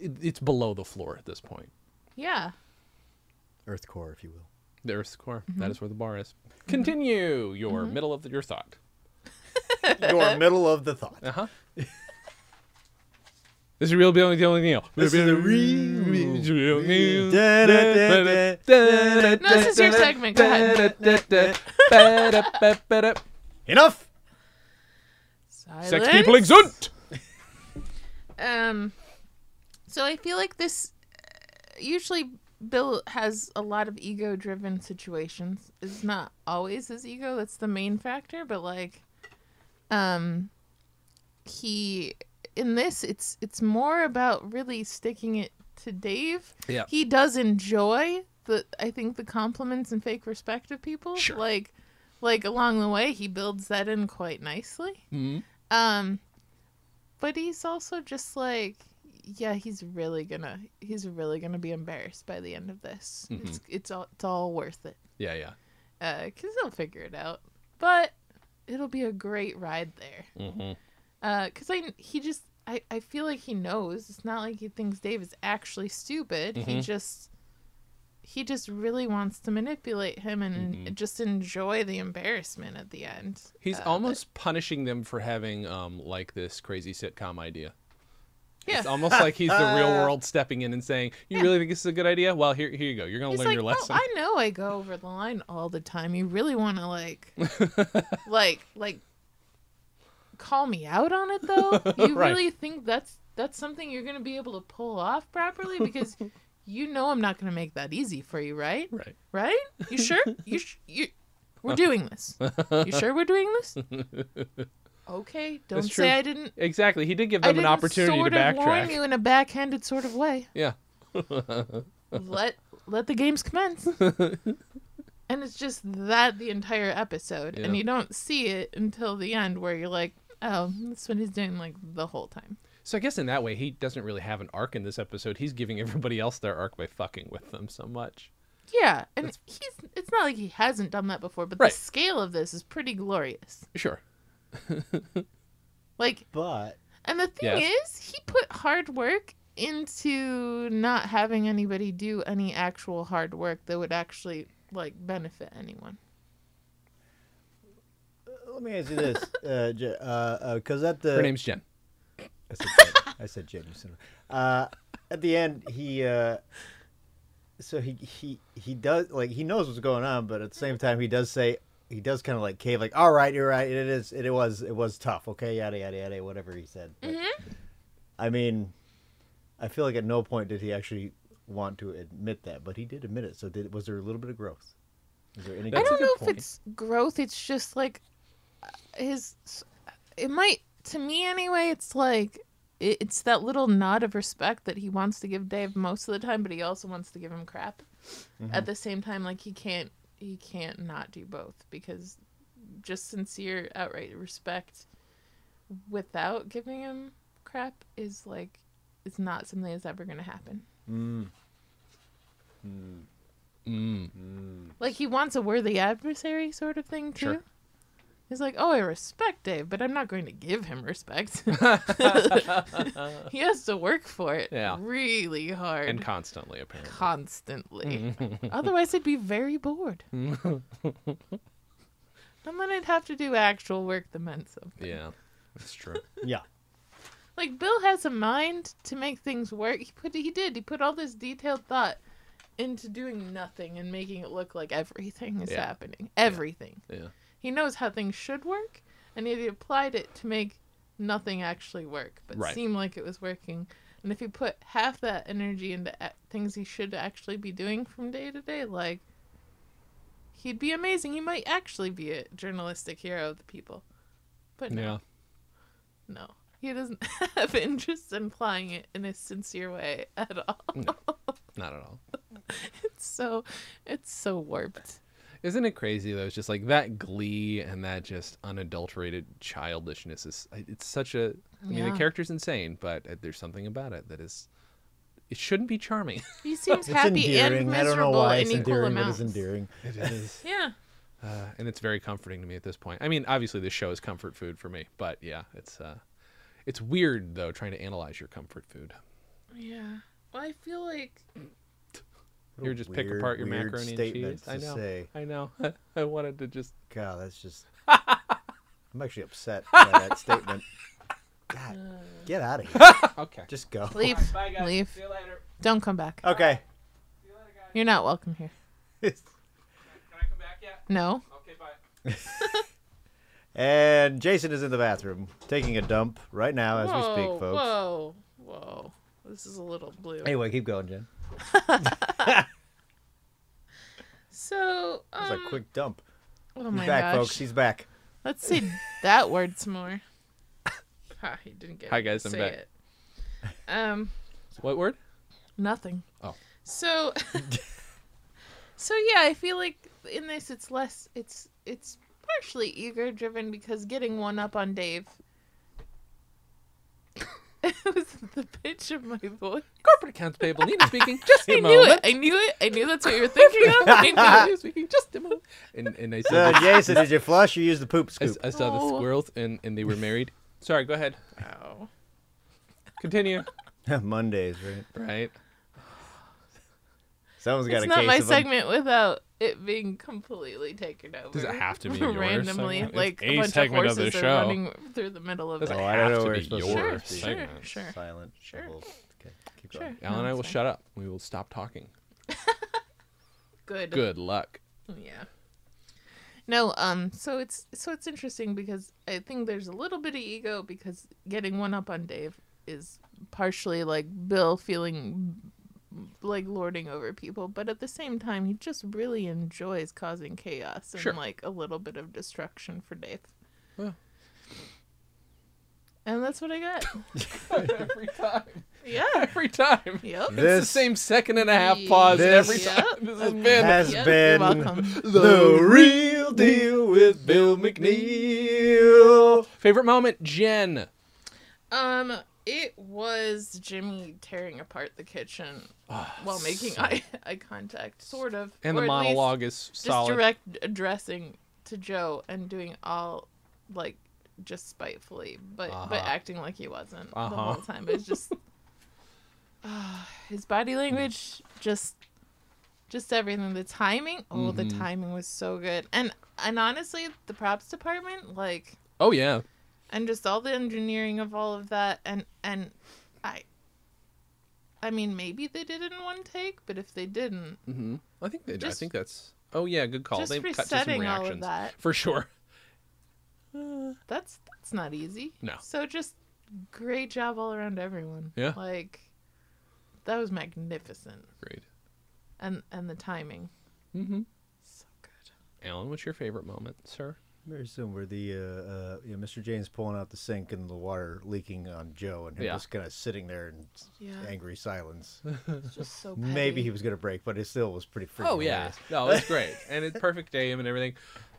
it- it's below the floor at this point. Yeah. Earth core, if you will. The Earth's core. That is where the bar is. Continue your middle of the, your thought. Your middle of the thought. Uh huh. This is real Bill and the only Neil. This is the real Bill and Neil. Da, da, da, da, da, No, this is your segment. Go ahead. Enough. Silence. Sex people exunt. Um, so I feel like this. uh, Usually, Bill has a lot of ego-driven situations. It's not always his ego that's the main factor, but like, um, he in this it's it's more about really sticking it to Dave. Yeah. he does enjoy the I think the compliments and fake respect of people. Sure. Like, like along the way, he builds that in quite nicely. Mhm. Um, but he's also just like, yeah, he's really gonna, he's really gonna be embarrassed by the end of this. Mm-hmm. It's it's all it's all worth it, Yeah, yeah. Uh, cause he'll figure it out. But it'll be a great ride there, Mhm. Uh, cause I he just I I feel like he knows. It's not like he thinks Dave is actually stupid. Mm-hmm. He just he just really wants to manipulate him and just enjoy the embarrassment at the end. Mm-hmm. He's Uh, but- almost punishing them for having um like this crazy sitcom idea. yeah. Uh, It's almost like he's the <laughs> real world stepping in and saying, "You really think this is a good idea? Well, here here you go. You're gonna He's learn like, your "No, lesson." I know I go over the line all the time. You really want <laughs> to like, like, like, call me out on it <laughs> though. You Right. really think that's that's something you're gonna be able to pull off properly because <laughs> you know I'm not gonna make that easy for you, right? Right. Right? You sure? You sh- you. We're doing this. You sure we're doing this? <laughs> Okay. Don't That's say true. I didn't. Exactly. He did give I them an didn't opportunity sort to of warn backtrack. you in a backhanded sort of way Yeah. let let the games <laughs> commence. and it's just that the entire episode, and Yeah. you don't see it until the end, where you're like, oh, that's what he's doing like the whole time. So I guess in that way, he doesn't really have an arc in this episode. He's giving everybody else their arc by fucking with them so much. Yeah, and he's it's not like he hasn't done that before, but Right. the scale of this is pretty glorious. Sure. Like, But and the thing Yes. is, he put hard work into not having anybody do any actual hard work that would actually like benefit anyone. let me ask you this, uh, Jen, uh, uh 'cause at the Her name's Jen. I said, Jen. I said Jen. you son of- Uh, at the end, he uh, so he he he does like he knows what's going on, but at the same time, he does say he does kind of like cave, like all right, you're right, it is, it, was, it was tough, okay, yada yada yada, whatever he said. But, I mean, I feel like at no point did he actually want to admit that, but he did admit it. So did was there a little bit of growth? Is there any? That's I a don't good know point. if it's growth. It's just like uh, his. It might to me anyway. It's like it- it's that little nod of respect that he wants to give Dave most of the time, but he also wants to give him crap. Mm-hmm. At the same time, like he can't he can't not do both because just sincere outright respect without giving him crap is like it's not something that's ever gonna happen. Mm. Like he wants a worthy adversary sort of thing too. Sure. He's like, oh, I respect Dave, but I'm not going to give <laughs> him respect. <laughs> he has to work for it Yeah. really hard and constantly apparently. constantly. Otherwise, I'd be very bored. and then I'd have to do actual work that meant something. Yeah, that's true. <laughs> Yeah. Like Bill has a mind to make things work. He put he did. He put all this detailed thought into doing nothing and making it look like everything is Yeah. happening. Everything. Yeah. He knows how things should work, and yet he applied it to make nothing actually work, but Right. seem like it was working. And if he put half that energy into a- things he should actually be doing from day to day, like he'd be amazing. He might actually be a journalistic hero of the people. But no, Yeah. no. He doesn't <laughs> have interest in applying it in a sincere way at all. Not at all. <laughs> It's so it's so warped. Isn't it crazy though? It's just like that glee and that just unadulterated childishness is. It's such a. I mean, the Yeah. character's insane, but uh, there's something about it that is. It shouldn't be charming. <laughs> He seems happy and endearing. I don't know miserable why in it's equal endearing, but amounts. it's endearing. Yeah. uh, and it's very comforting to me at this point. I mean, obviously this show is comfort food for me, but yeah, it's uh, it's weird though trying to analyze your comfort food. Yeah. Well, I feel like You just pick Weird, apart your weird macaroni and cheese. statements I to know. say. I know. <laughs> I wanted to <laughs> just. God, that's just. I'm actually upset by that statement. God, get out of <laughs> here. Okay. Just go. leave. Leave. later. Don't come back. Okay. <laughs> You're not welcome here. Can I come back yet? No. Okay, bye. and Jason is in the bathroom taking a dump right now as whoa, we speak, folks. Whoa. Whoa. This is a little blue. Anyway, keep going, Jen. So, That um, was a quick dump. oh He's my back, gosh. folks. He's <laughs> back. Let's say that word some more. <laughs> ha, he didn't get Hi, it. guys, I'm Say back. It. Um, What word? nothing. Oh. So, <laughs> so yeah, I feel like in this it's less. It's it's partially ego driven because getting one up on Dave. <laughs> it was the pitch of my voice. Corporate accounts payable. Nina <laughs> speaking. Just I a knew moment. it. I knew it. I knew that's what you were thinking of. I knew Nina speaking. Just a moment. And and I So, said, Uh, Jason, did <laughs> you flush or use the poop I, scoop? I saw the Oh. squirrels and and they were married. Sorry. Go ahead. <laughs> it. Wow. Continue. <laughs> Mondays, right? Right. Someone's got It's a not case my of 'em. segment without it being completely taken over. Does it have <laughs> to be your randomly? segment? Like It's a a bunch segment of of horses the are show. running through the middle of Does it. it Oh, I have don't know to where be it's supposed to your Sure, sure, segment. sure. Silent. Sure. Well, Okay, keep Sure. going. Alan and No, I will it's shut up. We will stop <laughs> talking. Good. Good <laughs> luck. Yeah. No, um so it's so it's interesting because I think there's a little bit of ego because getting one up on Dave is partially like Bill feeling like lording over people, but at the same time he just really enjoys causing chaos and Sure. like a little bit of destruction for Dave. Yeah. And that's what I <coughs> got. every time. yeah. <laughs> Every time. Yep. It's the This same second and a half pause This- every time. This has Yep. been has Yep, been You're welcome. the real deal with Bill McNeil. favorite moment. Jen. Um, it was Jimmy tearing apart the kitchen while making eye, <laughs> eye contact, sort of. Ah, And or the at least monologue is just solid. direct addressing to Joe and doing all like just spitefully, but but acting like he wasn't the Uh-huh. whole time. <laughs> It's just <sighs> Ah, his body language, just just everything. The timing, oh, the Mm-hmm. timing was so good, and and honestly, the props department, like oh yeah. and just all the engineering of all of that and and i i mean maybe they did it in one take but if they didn't Mm-hmm. I think they. I Just- think that's. Oh yeah, good call. just They've cut to some resetting all of reactions that. for sure. <laughs> that's that's not easy No. so just great job all around everyone Yeah. like that was magnificent Great. and and the timing mm-hmm so good Alan, what's your favorite moment, sir? Very soon, where the uh, uh, you know, Mr. Jane's pulling out the sink and the water leaking on Joe, and him Yeah. just kind of sitting there in s- Yeah. angry <laughs> silence. it's just <laughs> so petty. Maybe he was gonna break, but it still was pretty freaking. Oh yeah, no, it's great, and it's perfect day and everything.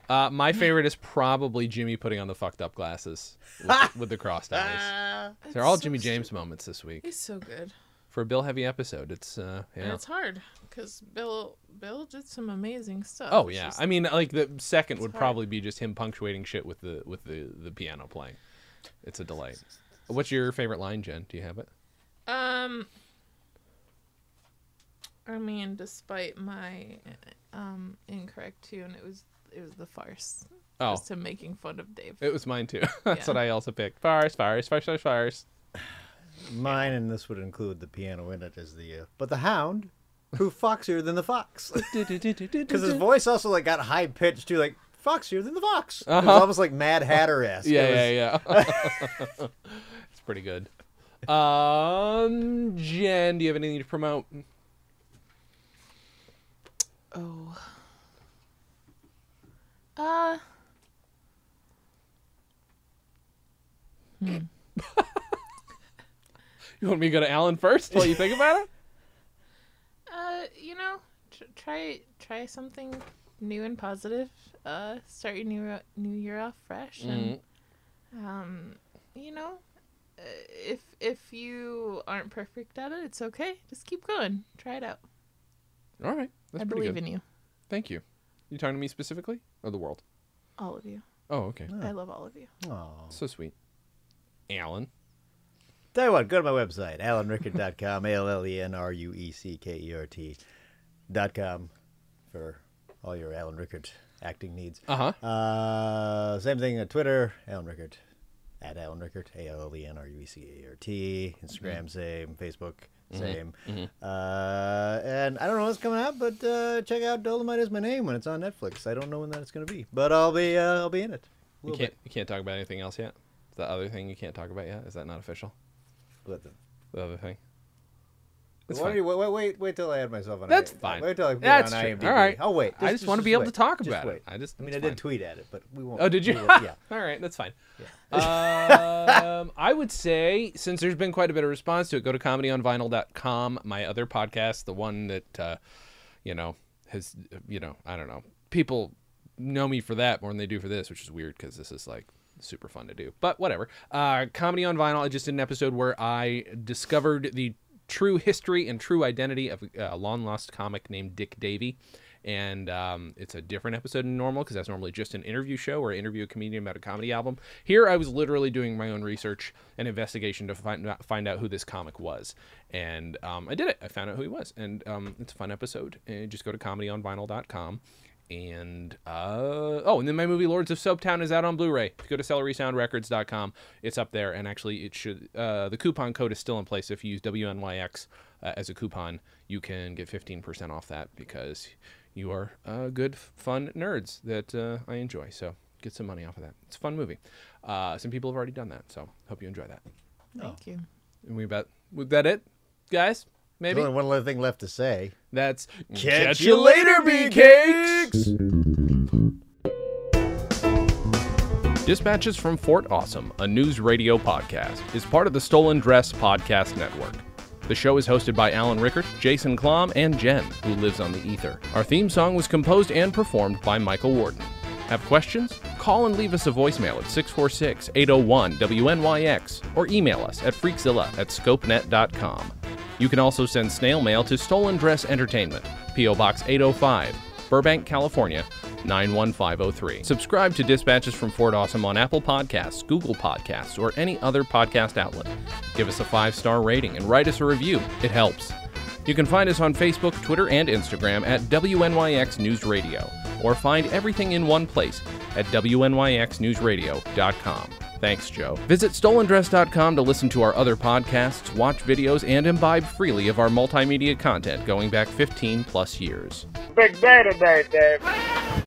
Uh, my favorite is probably Jimmy putting on the fucked up <laughs> glasses with, with the crossed eyes. They're all so Jimmy James moments this week. he's so good for a Bill heavy episode. It's uh, And yeah. it's hard because Bill Bill did some amazing stuff. Oh It's yeah, just- I mean, like the second would hard. probably be just him punctuating shit with the with the the piano playing. It's a delight. What's your favorite line, Jen? Do you have it? Um, I mean, despite my um incorrect tune, it was it was the farce. Oh. just him making fun of Dave. It was mine too. <laughs> That's Yeah. what I also picked. Fires, fires, fires, fires, fires. Mine, and this would include the piano in it, is the uh, but the hound, who foxier than the <laughs> fox, because his voice also like got high pitched too, like foxier than the fox. It was almost like Mad Hatter esque. Uh-huh. Yeah, yeah, yeah. <laughs> it's pretty good. Um, Jen, do you have anything to promote? Oh. Uh. You want me to go to Alan first while you think about it? Uh, you know, tr- try try something new and positive. Uh, start your new new year off fresh, and Mm-hmm. um, you know, uh, if if you aren't perfect at it, it's okay. Just keep going. Try it out. All right, that's I pretty believe good. in you, Thank you. You talking to me specifically or the world? all of you. Oh, okay. I love all of you. Aw. So sweet. Alan. Tell you what, go to my website, alanrickert.com, A L L E N R U E C K E R T dot com for all your Alan Rickert acting needs. Uh huh. Uh, same thing on Twitter, Alan Rickert, at Alan Rickert, A L L E N R U E C A R T. Mm-hmm. Instagram, same. Facebook, same. Uh, and I don't know what's coming out, but uh, check out Dolomite is my name when it's on Netflix. I don't know when that's going to be, but I'll be uh, I'll be in it. A You little can't bit. you can't talk about anything else yet. The other thing you can't talk about yet is that not official? Let them- The other thing. It's Why fine. don't you wait, wait, wait, wait till I add myself on. That's I- fine. Wait till I put it That's on true. IMDb. All right. I'll wait. I just wanna be able to wait. talk Just about it. wait. I just- I mean, it's I fine. did tweet at it, but we won't. Oh, did you? we <laughs> won't- yeah. All right, that's fine. um, <laughs> I would say, since there's been quite a bit of response to it, go to comedyonvinyl.com, my other podcast, the one that, uh, you know, has, you know, I don't know. People know me for that more than they do for this, which is weird because this is like super fun to do, but whatever. Uh, Comedy on Vinyl, I just did an episode where I discovered the true history and true identity of a long lost comic named Dick Davy. And um, it's a different episode than normal because that's normally just an interview show where I interview a comedian about a comedy album. Here, I was literally doing my own research and investigation to find out, find out who this comic was, and um, I did it. I found out who he was, and um, it's a fun episode. And just go to comedyonvinyl.com. And uh, oh, and then my movie Lords of Soaptown is out on Blu-ray. If you go to celerysoundrecords.com, it's up there, and actually, it should. Uh, the coupon code is still in place. If you use WNYX uh, as a coupon, you can get fifteen percent off that because you are uh, good, fun nerds that uh, I enjoy. So get some money off of that. It's a fun movie. Uh, some people have already done that, so hope you enjoy that. Thank you. And we about was that it, guys? Maybe There's only one other thing left to say. that's catch, you later, bee cakes. Dispatches from Fort Awesome, a news radio podcast, is part of the Stolen Dress Podcast Network. The show is hosted by Alan Rickert, Jason Klom, and Jen, who lives on the ether. Our theme song was composed and performed by Michael Warden. Have questions? Call and leave us a voicemail at 646 801 WNYX or email us at freakzilla at scopenet.com. You can also send snail mail to Stolen Dress Entertainment, P.O. Box 805, Burbank, California, 91503. Subscribe to Dispatches from Fort Awesome on Apple Podcasts, Google Podcasts, or any other podcast outlet. Give us a five star rating and write us a review, it helps. You can find us on Facebook, Twitter, and Instagram at WNYX News Radio, or find everything in one place at WNYXNewsRadio.com. Thanks, Joe. Visit stolendress.com to listen to our other podcasts, watch videos, and imbibe freely of our multimedia content going back 15 plus years. Big day today, Dave.